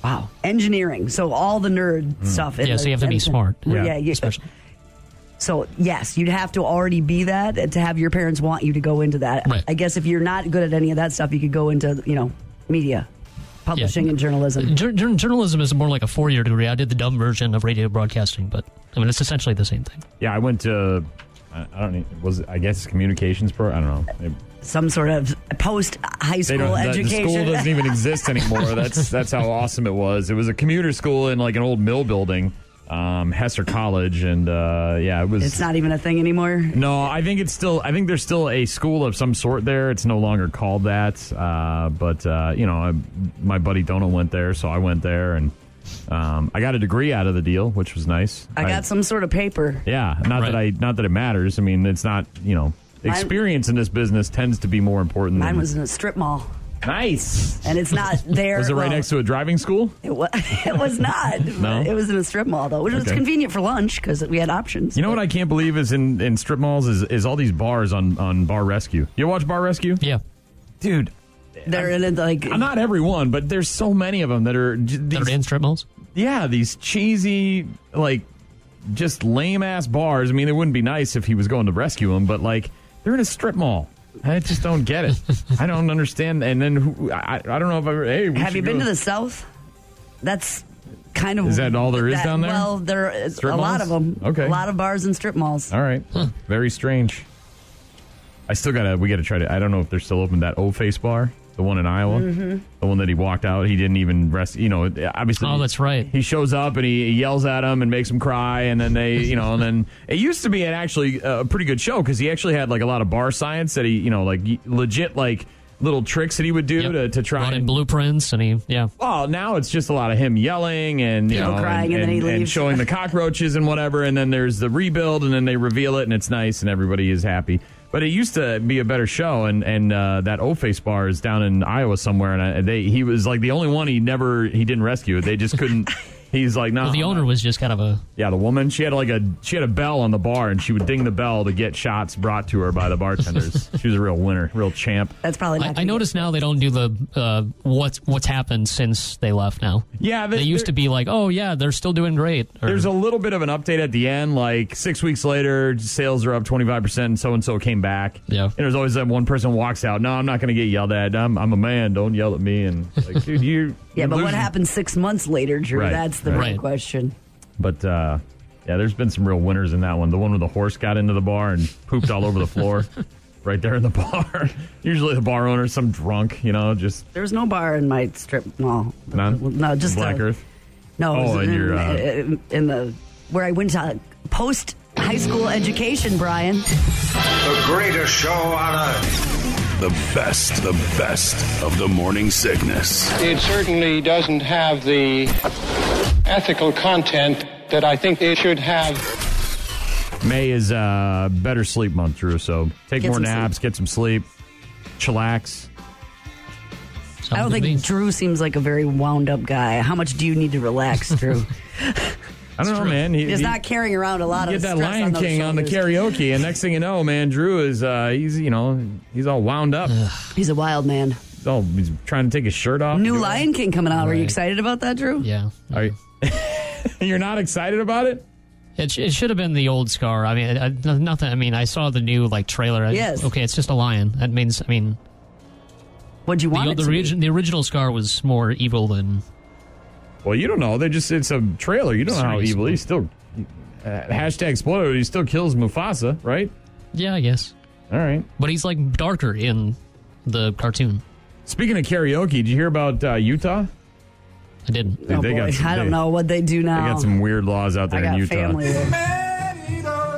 S7: Wow. Engineering. So all the nerd stuff. in
S9: Mm. Yeah,
S7: the-
S9: so you have to be
S7: and-
S9: smart.
S7: Yeah. you-
S9: especially.
S7: so yes, you'd have to already be that uh, to have your parents want you to go into that.
S9: Right.
S7: I guess if you're not good at any of that stuff, you could go into you know media, publishing, and journalism.
S9: uh, Jour- jour- journalism is more like a four-year degree. I did the dumb version of radio broadcasting, but I mean it's essentially the same thing.
S6: yeah, I went to, I, I don't need, was it, I guess communications pro? I don't know. They-
S7: Some sort of post high
S6: They
S7: school
S6: don't- the-
S7: education.
S6: The school doesn't even exist anymore. That's that's how awesome it was. It was a commuter school in like an old mill building, um, Hesser College, and uh, yeah, it was.
S7: it's not even a thing anymore.
S6: no, I think it's still. I think there's still a school of some sort there. It's no longer called that, uh, but uh, you know, I, my buddy Donald went there, so I went there, and um, I got a degree out of the deal, which was nice.
S7: I got some sort of paper.
S6: Yeah, not that I
S9: Right.
S6: not that it matters. I mean, it's not you know. Experience in this business tends to be more important.
S7: Mine
S6: than,
S7: was in a strip mall,
S6: nice.
S7: and it's not there.
S6: Was it right
S7: well,
S6: next to a driving school?
S7: It was, it was not.
S6: No?
S7: It was in a strip mall though, which was
S6: Okay.
S7: convenient for lunch because we had options.
S6: You know what I can't believe is in, in strip malls is, is all these bars on, on Bar Rescue. You watch Bar Rescue?
S9: Yeah,
S6: Dude,
S7: They're in it like
S6: not everyone, but there's so many of them that are, j-
S9: that are
S6: these,
S9: in strip malls.
S6: yeah, these cheesy, like, just lame ass bars. I mean, it wouldn't be nice if he was going to rescue them, but like, they're in a strip mall. I just don't get it. I don't understand. And then who, I, I don't know if I ever. Hey, we
S7: Have you
S6: should
S7: been
S6: go-
S7: to the South? That's kind of
S6: Is that all there is down there?
S7: Well, there is
S6: Strip
S7: a lot of
S6: malls?
S7: them.
S6: Okay.
S7: a lot of bars and strip malls.
S6: All right. Very strange. I still gotta. We gotta try to. I don't know if they're still open. That old face bar, the one in Iowa,
S9: Mm-hmm.
S6: the one that he walked out. He didn't even rest. You know, obviously.
S9: Oh, that's right.
S6: He shows up and he yells at him and makes him cry, and then they, you know, and then it used to be an actually uh, a pretty good show because he actually had like a lot of bar science that he, you know, like y- legit like little tricks that he would do
S9: Yep.
S6: to, to try
S9: running
S6: and
S9: blueprints, and he yeah.
S6: well, now it's just a lot of him yelling and you
S7: People
S6: know,
S7: crying and then he leaves.
S6: showing the cockroaches and whatever, and then there's the rebuild, and then they reveal it, and it's nice, and everybody is happy. But it used to be a better show, and and uh, that O Face bar is down in Iowa somewhere, and I, they he was like the only one he never he didn't rescue. They just couldn't. He's like, no.
S9: Well, the owner was just kind of a
S6: yeah, the woman. She had like a she had a bell on the bar, and she would ding the bell to get shots brought to her by the bartenders. she was a real winner, real champ.
S7: That's probably. Not
S9: I, I
S7: gonna
S9: noticed now they don't do the uh, what's what's happened since they left. Now,
S6: Yeah,
S9: they,
S6: they-
S9: used to be like, oh yeah, they're still doing great. Or,
S6: There's a little bit of an update at the end, like six weeks later, sales are up 25%, and so and so came back.
S9: Yeah.
S6: And there's always that one person walks out, no, I'm not going to get yelled at. I'm, I'm a man. Don't yell at me. And, like, dude, you.
S7: Yeah,
S6: you're
S7: but what
S6: losing.
S7: happens six months later, Drew?
S6: Right,
S7: That's the
S9: right.
S7: real question.
S6: But, uh, yeah, there's been some real winners in that one. The one where the horse got into the bar and pooped all over the floor right there in the bar. Usually the bar owner, some drunk, you know, just
S7: There was no bar in my strip mall.
S6: none.
S7: No, just
S6: Black
S7: a-
S6: Earth.
S7: No, it
S6: Oh,
S7: was
S6: in
S7: in,
S6: your, uh,
S7: in- in the where I went to post high school education, Brian.
S3: The greatest show on earth.
S4: The best, the best of the morning sickness.
S8: It certainly doesn't have the ethical content that I think it should have.
S6: May is uh, better sleep month, Drew. So take
S7: Get
S6: more
S7: some sleep.
S6: naps, get some sleep, chillax.
S9: something
S7: I don't
S9: to
S7: think
S9: me.
S7: Drew seems like a very wound up guy. How much do you need to relax, Drew?
S6: I don't know, man. He,
S7: He's
S6: he-
S7: not carrying around a lot
S6: you
S7: of
S6: get that
S7: stress
S6: Lion
S7: on those
S6: King on the
S7: shoulders.
S6: karaoke, and next thing you know, man, Drew is uh, he's you know he's all wound up.
S7: He's a wild man.
S6: he's all he's trying to take his shirt off.
S7: New Lion King coming out. Are you
S9: Right.
S7: excited about that, Drew?
S9: Yeah,
S6: Are you, are not excited about it?
S9: It, sh- it should have been the old Scar. I mean, I, I- no- nothing. I mean, I saw the new like trailer. I-
S7: Yes.
S9: Okay, it's just a lion. That means. I mean,
S7: What'd you
S9: the,
S7: want?
S9: the,
S7: it to be?
S9: origi- the original Scar was more evil than.
S6: Well, you don't know. They just it's a trailer. You don't know how
S9: Sorry,
S6: evil he's still. Uh, hashtag spoiler. He still kills Mufasa, right?
S9: Yeah, I guess.
S6: All right.
S9: But he's like darker in the cartoon.
S6: Speaking of karaoke, did you hear about uh, Utah?
S9: I didn't.
S6: Dude,
S7: Oh,
S6: they
S7: boy.
S6: got some-
S7: I don't
S6: they-
S7: know what they do now.
S6: They got some weird laws out there
S7: I got
S6: in Utah.
S7: family. there.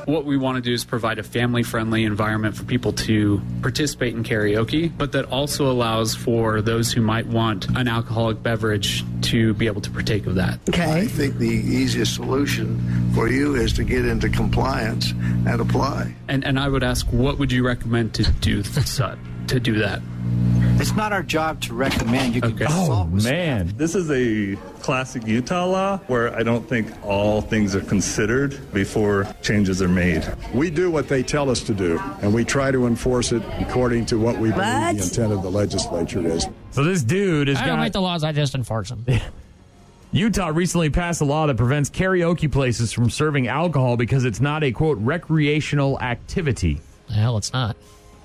S10: What we want to do is provide a family friendly environment for people to participate in karaoke, but that also allows for those who might want an alcoholic beverage to be able to partake of that.
S7: Okay.
S11: think the easiest solution for you is to get into compliance and apply.
S10: And, and I would ask, what would you recommend to do su- to do that?
S11: It's not our job to recommend. You can
S10: Okay.
S6: Oh
S11: consult with
S6: man,
S1: This is a classic Utah law where I don't think all things are considered before changes are made.
S11: We do what they tell us to do, and we try to enforce it according to what we
S7: What?
S11: believe the intent of the legislature is.
S6: so this dude has
S9: I don't make
S6: got
S9: the laws. I just enforce them.
S6: Utah recently passed a law that prevents karaoke places from serving alcohol because it's not a quote recreational activity.
S9: Hell, it's not.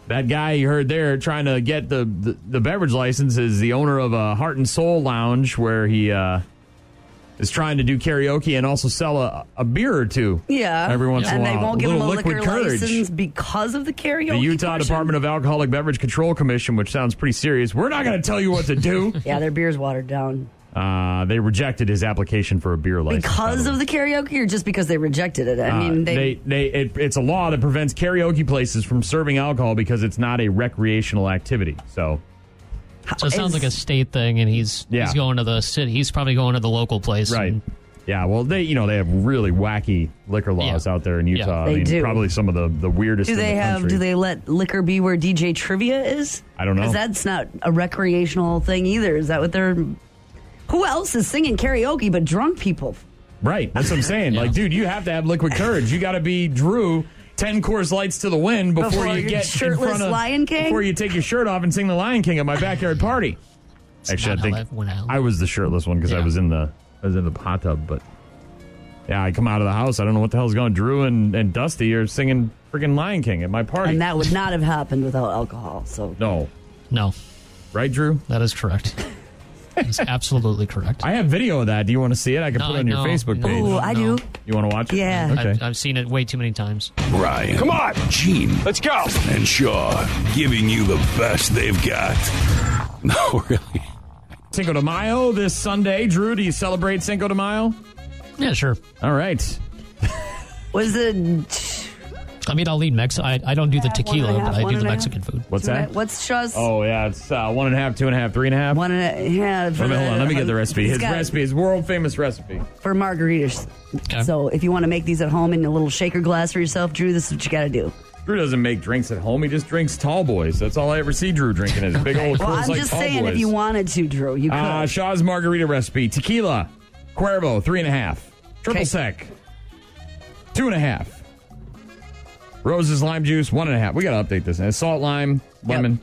S6: That guy you heard there trying to get the, the, the beverage license is the owner of a Heart and Soul Lounge where he uh, is trying to do karaoke and also sell a, a beer or two.
S7: Yeah.
S6: Every once
S7: and
S6: in a while.
S7: they won't give
S6: Little
S7: them a
S6: liquid
S7: liquor
S6: courage.
S7: license because of the karaoke.
S6: The Utah
S7: portion.
S6: Department of Alcoholic Beverage Control Commission, which sounds pretty serious. We're not going to tell you what to do.
S7: Yeah, their beer's watered down
S6: uh, they rejected his application for a beer license.
S7: because of the karaoke, or just because they rejected it. I mean, they,
S6: Uh, they, they it, it's a law that prevents karaoke places from serving alcohol because it's not a recreational activity. So
S9: So it sounds
S7: It's-
S9: like a state thing, and he's
S6: Yeah.
S9: he's going to the city. He's probably going to the local place.
S6: Right.
S9: and-
S6: Yeah, well, they you know they have really wacky liquor laws
S9: Yeah.
S6: out there in
S9: Yeah.
S6: Utah. I
S7: They
S6: mean,
S7: do.
S6: probably some of the the weirdest.
S7: do
S6: in
S7: they
S6: the
S7: have?
S6: country.
S7: Do they let liquor be where DJ trivia is?
S6: I don't know.
S7: Because that's not a recreational thing either. Is that what they're? Who else is singing karaoke but drunk people?
S6: Right, that's what I'm saying. Like, dude, you have to have liquid courage. You got to be Drew. Ten course lights to the wind before,
S7: Before
S6: you
S7: your
S6: get in
S7: shirtless
S6: front of
S7: Lion King?
S6: Before you take your shirt off and sing the Lion King at my backyard party. Actually,
S9: not
S6: I
S9: how
S6: think
S9: that went out.
S6: I was the shirtless one because I
S9: Yeah.
S6: was in the I was in the hot tub. But yeah, I come out of the house. I don't know what the hell's going. on. Drew and, and Dusty are singing freaking Lion King at my party.
S7: And that would not have happened without alcohol. So
S6: no,
S9: No,
S6: right, Drew?
S9: that is correct. That's absolutely correct.
S6: I have video of that. Do you want to see it? I can
S9: No,
S6: put it on your
S9: no,
S6: Facebook
S9: no,
S6: page.
S7: Ooh, I
S9: no.
S7: do.
S6: You want to watch it?
S7: Yeah.
S6: Okay.
S9: I, I've seen it way too many times.
S4: Ryan. Come on. Gene. Let's go. And Shaw giving you the best they've got. No, really.
S6: Cinco de Mayo this Sunday. Drew, do you celebrate Cinco de Mayo?
S9: Yeah, sure.
S6: All right.
S7: was it?
S9: I mean, I'll eat Mex. I, I don't do the
S7: Have one
S9: tequila,
S7: and a half,
S9: but I
S7: one
S9: do the
S7: and a half.
S9: Mexican food.
S6: What's that?
S7: What's Shaw's?
S6: Oh, yeah. It's uh, one and a half, two and a half, three and a half.
S7: One and a, yeah.
S6: Let me, hold on. Let me get the
S7: um,
S6: recipe.
S7: it's
S6: His
S7: got-
S6: recipe, his world famous recipe.
S7: for margaritas.
S9: Okay.
S7: So if you want to make these at home in a little shaker glass for yourself, Drew, this is what you got to do.
S6: Drew doesn't make drinks at home. He just drinks tall boys. That's all I ever see Drew drinking is big old
S7: Well,
S6: coors
S7: I'm
S6: like
S7: just
S6: tall
S7: saying,
S6: boys.
S7: if you wanted to, Drew, you could.
S6: Uh, Shaw's margarita recipe tequila, Cuervo, three and a half, triple
S7: Okay.
S6: sec, two and a half, roses lime juice, one and a half. We got to update this. And salt, lime, lemon.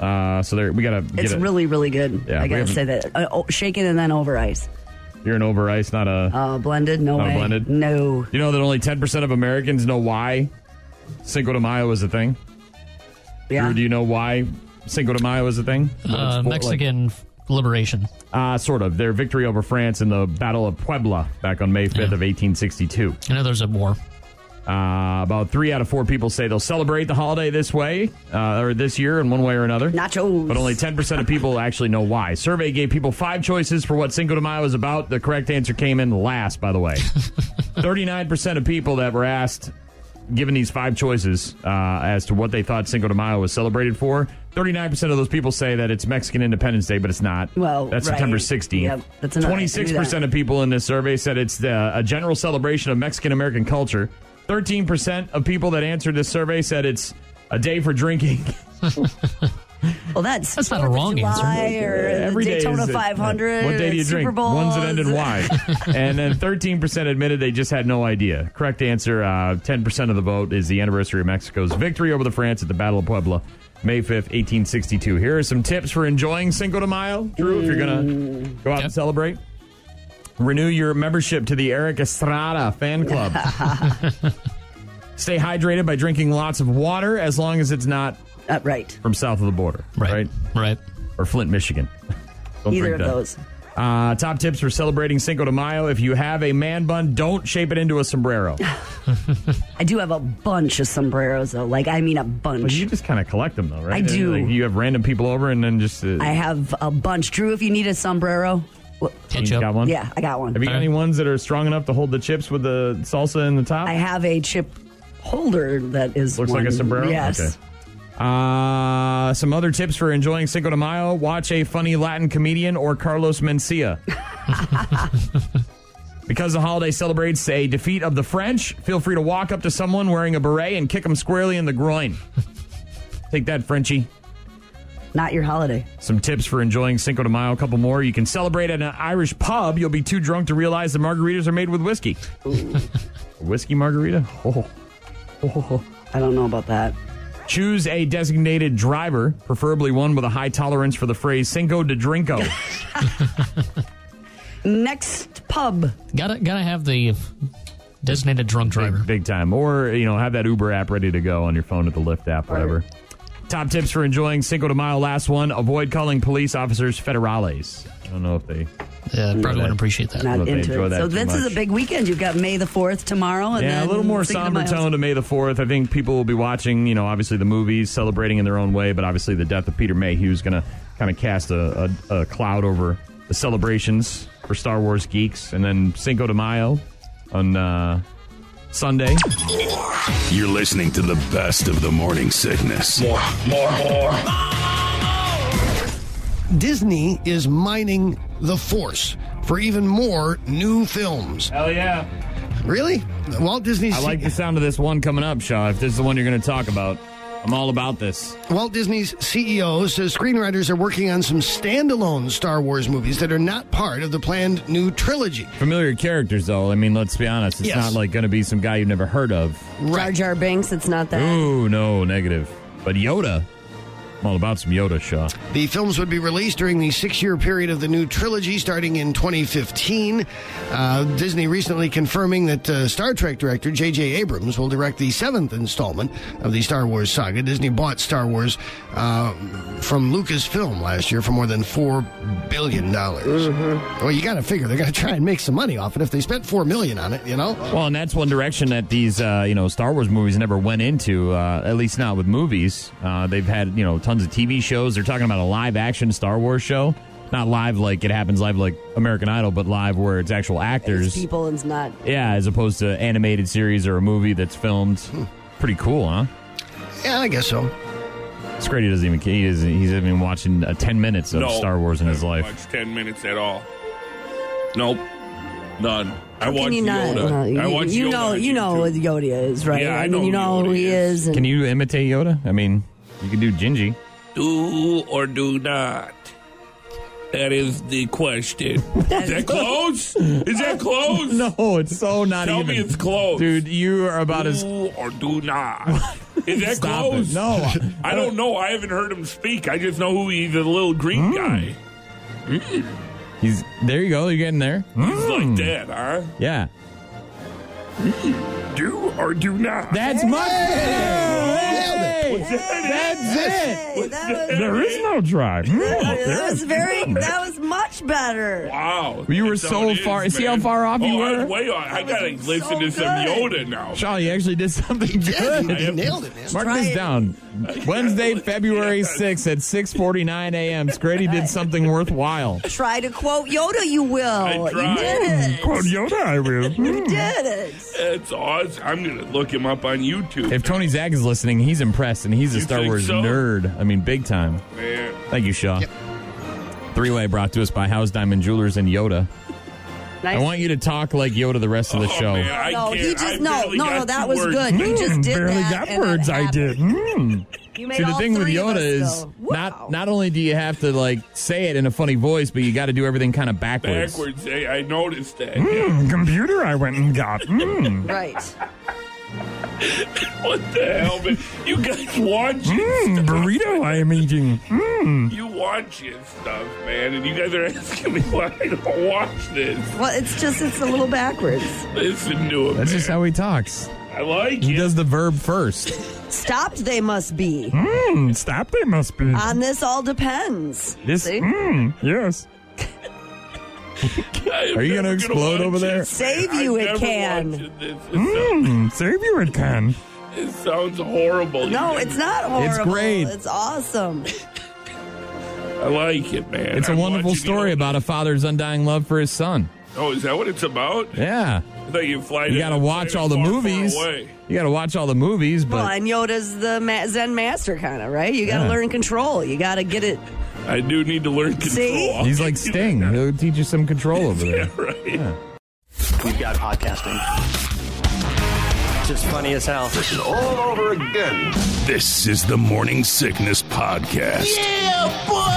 S6: Uh, so there, we got to get
S7: it's
S6: it.
S7: really, really good.
S6: Yeah,
S7: I
S6: we
S7: got to
S6: haven't-
S7: say that. Uh, oh, shake it and then over ice.
S6: You're an over ice, not a.
S7: Uh, blended? No
S6: Not
S7: way.
S6: blended?
S7: No.
S6: you know that only 10% of Americans know why Cinco de Mayo is a thing?
S7: Yeah.
S6: Drew, do you know why Cinco de Mayo is a thing? What it's
S9: Uh,
S6: for-
S9: Mexican liberation.
S6: uh, sort of. Their victory over France in the Battle of Puebla back on May 5th of 1862.
S9: I know there's a war.
S6: Uh, about three out of four people say they'll celebrate the holiday this way uh, or this year in one way or another.
S7: Nachos.
S6: But only 10% of people actually know why. Survey gave people five choices for what Cinco de Mayo is about. The correct answer came in last, by the way. 39% of people that were asked, given these five choices uh, as to what they thought Cinco de Mayo was celebrated for, 39% of those people say that it's Mexican Independence Day, but it's not.
S7: Well,
S6: that's
S7: right.
S6: September 16th.
S7: Yep, that's another- I knew that.
S6: 26% of people in this survey said it's the, a general celebration of Mexican American culture. 13% of people that answered this survey said it's a day for drinking.
S7: Well, that's
S9: That's not a
S7: Fourth of
S9: wrong answer.
S7: July Or
S6: Every
S7: the
S6: day
S7: Daytona
S6: is it-
S7: 500.
S6: What day do you
S7: Super
S6: drink?
S7: Bowls.
S6: Ones that ended Y. and then 13% admitted they just had no idea. Correct answer uh, 10% of the vote is the anniversary of Mexico's victory over the France at the Battle of Puebla, May 5th, 1862. Here are some tips for enjoying Cinco de Mayo, Drew, if you're going to go out
S9: Yep.
S6: and celebrate. Renew your membership to the Eric Estrada fan club. Stay hydrated by drinking lots of water as long as it's not
S7: Uh, right
S6: from south of the border. Right.
S9: Right.
S6: Or Flint, Michigan. Don't
S7: Either
S6: drink
S7: of
S6: that.
S7: those.
S6: Uh, top tips for celebrating Cinco de Mayo. If you have a man bun, don't shape it into a sombrero.
S7: I do have a bunch of sombreros, though. Like, I mean, a bunch.
S6: But you just kind of collect them, though, right?
S7: I do.
S6: Like, you have random people over, and then just uh,
S7: I have a bunch. Drew, if you need a sombrero, wh-
S6: you got one.
S7: Yeah, I got one.
S6: Have you got any ones that are strong enough to hold the chips with the salsa in the top?
S7: I have a chip holder that is
S6: Looks like a
S7: one.
S6: sombrero.
S7: Yes.
S6: Okay. Uh, some other tips for enjoying Cinco de Mayo: watch a funny Latin comedian or Carlos Mencia. because the holiday celebrates a defeat of the French, feel free to walk up to someone wearing a beret and kick them squarely in the groin. Take that, Frenchie.
S7: Not your holiday.
S6: Some tips for enjoying Cinco de Mayo. A couple more. You can celebrate at an Irish pub. You'll be too drunk to realize the margaritas are made with whiskey. whiskey margarita? Oh. oh.
S7: I don't know about that.
S6: Choose a designated driver, preferably one with a high tolerance for the phrase Cinco de Drinko.
S7: Next pub.
S9: Gotta gotta have the designated drunk driver.
S6: Big time. Or, you know, have that Uber app ready to go on your phone or the Lyft app, whatever. Top tips for enjoying Cinco de Mayo. Last one avoid calling police officers federales. I don't know if they.
S9: Yeah, probably wouldn't appreciate that.
S7: Not
S6: Not
S7: into
S6: enjoy
S7: it.
S6: that
S7: So
S6: too
S7: this is
S6: much.
S7: a big weekend. You've got May the Fourth tomorrow, and
S6: yeah,
S7: then
S6: a little more
S7: Cinco de
S6: somber
S7: Mayo.
S6: tone to May the 4th. I think people will be watching, you know, obviously the movies, celebrating in their own way, but obviously the death of Peter Mayhew is going to kind of cast a, a, a cloud over the celebrations for Star Wars geeks. And then Cinco de Mayo on uh, Sunday.
S4: You're listening to the best of the morning sickness. More, more, more.
S5: Disney is mining the force for even more new films.
S6: Hell yeah.
S5: Really? Walt Disney
S6: I like the sound of this one coming up, Shaw. If this is the one you're going to talk about, I'm all about this.
S5: Walt Disney's CEO says screenwriters are working on some standalone Star Wars movies that are not part of the planned new trilogy.
S6: Familiar characters, though. I mean, let's be honest. It's
S5: Yes.
S6: not like going to be some guy you've never heard of.
S12: Jar Jar Binks, it's not that.
S6: Ooh, no, negative. But Yoda. I'm all about some Yoda, Shaw.
S5: The films would be released during the six year period of the new trilogy starting in 2015. Uh, Disney recently confirming that uh, Star Trek director J.J. Abrams will direct the seventh installment of the Star Wars saga. Disney bought Star Wars uh, from Lucasfilm last year for more than $4 billion. Well, you got to figure they're going to try and make some money off it if they spent $4 million on it, you know?
S6: Well, and that's one direction that these uh, you know Star Wars movies never went into, uh, at least not with movies. Uh, they've had you know tons of TV shows. They're talking about a live action Star Wars show, not live like it happens live like American Idol, but live where it's actual actors.
S7: It's people, and it's not.
S6: Yeah, as opposed to animated series or a movie that's filmed.
S13: Hmm.
S6: Pretty cool, huh?
S5: Yeah, I guess so.
S6: It's great. He doesn't even he isn't, he's even watching uh, ten minutes of
S13: No,
S6: Star Wars in his
S13: I
S6: life.
S13: haven't watched ten minutes at all. Nope, none. I watched
S7: Can you not?
S13: Yoda.
S7: no, you,
S13: I watched
S7: you
S13: Yoda.
S7: know, you know what Yoda is, right?
S13: Yeah, I
S7: mean,
S13: know
S7: you know who he is. and-
S6: Can you imitate Yoda? I mean, you can do Gingy.
S13: Do or do not. That is the question. is that close? Is that close?
S6: no, it's so not
S13: Tell
S6: even.
S13: me it's close,
S6: dude. You are about
S13: do
S6: as-
S13: or do not. Is that
S6: Stop it.
S13: close?
S6: No.
S13: I don't know. I haven't heard him speak. I just know who he's a little green guy.
S6: Mm. He's there. You go. You're getting there.
S13: He's
S6: Hmm.
S13: like that, huh?
S6: Yeah.
S13: Do or do not.
S6: That's much better.
S7: Hey, that was-
S6: There is no drive. Mm.
S7: That was
S6: Hmm.
S7: very. That was much better.
S13: Wow.
S6: You were
S13: That's how
S6: so
S13: it is,
S6: far- see how
S13: man.
S6: far off you
S13: Oh, I was
S6: were?
S13: way off. I
S6: That
S13: gotta
S6: was
S13: listen
S6: so
S13: to some
S6: good.
S13: Yoda now.
S6: Shaw, you actually did something good.
S13: You nailed it, man.
S6: Mark
S13: Try
S6: this
S13: it.
S6: down. Wednesday, February 6th at 6.49 a.m. Scrady did something worthwhile.
S7: Try to quote Yoda. You will. You did
S13: Mm,
S7: it.
S6: Quote Yoda, I will. Hmm.
S7: You did it.
S13: That's awesome. I'm gonna look him up on YouTube.
S6: If Tony Zag is listening, he's impressed, and he's a
S13: You
S6: Star
S13: think
S6: Wars
S13: so?
S6: nerd. I mean, big time.
S13: Man.
S6: Thank you, Shaw. Three way brought to us by House Diamond Jewelers and Yoda. I want you to talk like Yoda the rest of the
S4: Oh,
S6: show.
S13: Oh,
S6: Mm,
S13: man, I
S7: No, he
S13: can't- I
S7: just no,
S13: barely
S7: no,
S13: got
S7: no. That
S13: two
S7: was
S13: words.
S7: good. You just did
S6: barely
S7: that.
S6: got
S7: and that
S6: words I
S7: happened.
S6: did. Mm.
S7: You made
S6: See, the
S7: all
S6: thing with
S7: three of
S6: Yoda
S7: us
S6: is
S7: go,
S6: not not only do you have to like say it in a funny voice, but you got to do everything kind of backwards. Mm,
S13: Backwards, eh? I noticed that.
S6: computer I went and got.
S7: Right.
S4: What the hell, man? You guys watch
S6: Mmm, burrito I am eating. Mmm.
S4: You watch this stuff, man, and you guys are asking me why I don't watch this.
S14: Well, it's just it's a little backwards.
S4: Listen to him.
S6: That's just how he talks.
S4: I like
S6: He does the verb first.
S7: Stopped they must be.
S6: Mmm, stop they must be.
S7: On this all depends.
S6: This
S7: Uh, See?
S6: mm, yes. Are you gonna explode over there?
S7: Save you, it can.
S6: Mmm, save you it can.
S4: It sounds horrible.
S7: No,
S4: You guys-
S7: it's not horrible.
S6: great.
S7: It's awesome.
S4: I like it, man.
S6: It's a
S4: I'm
S6: wonderful
S4: watching
S6: story about a father's undying love for his son.
S4: it. Oh, is that what it's about?
S6: Yeah.
S4: I thought you fly.
S6: You
S4: to-
S6: got to
S4: fly
S6: watch
S4: to
S6: all the
S4: far, far
S6: movies.
S4: away.
S6: You got to watch all the movies,
S7: well,
S6: but
S7: and Yoda's the ma- Zen master, kind of, right? You got to
S6: Yeah.
S7: learn control. You got to get it.
S4: I do need to learn control.
S7: See?
S6: he's like Sting. He'll teach you some control over there.
S4: right.
S15: We've got podcasting. Just funny as hell. Listen all over again.
S16: This is the Morning Sickness Podcast.
S17: Yeah, boy!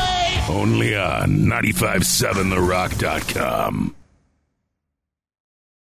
S16: Only on 957therock.com.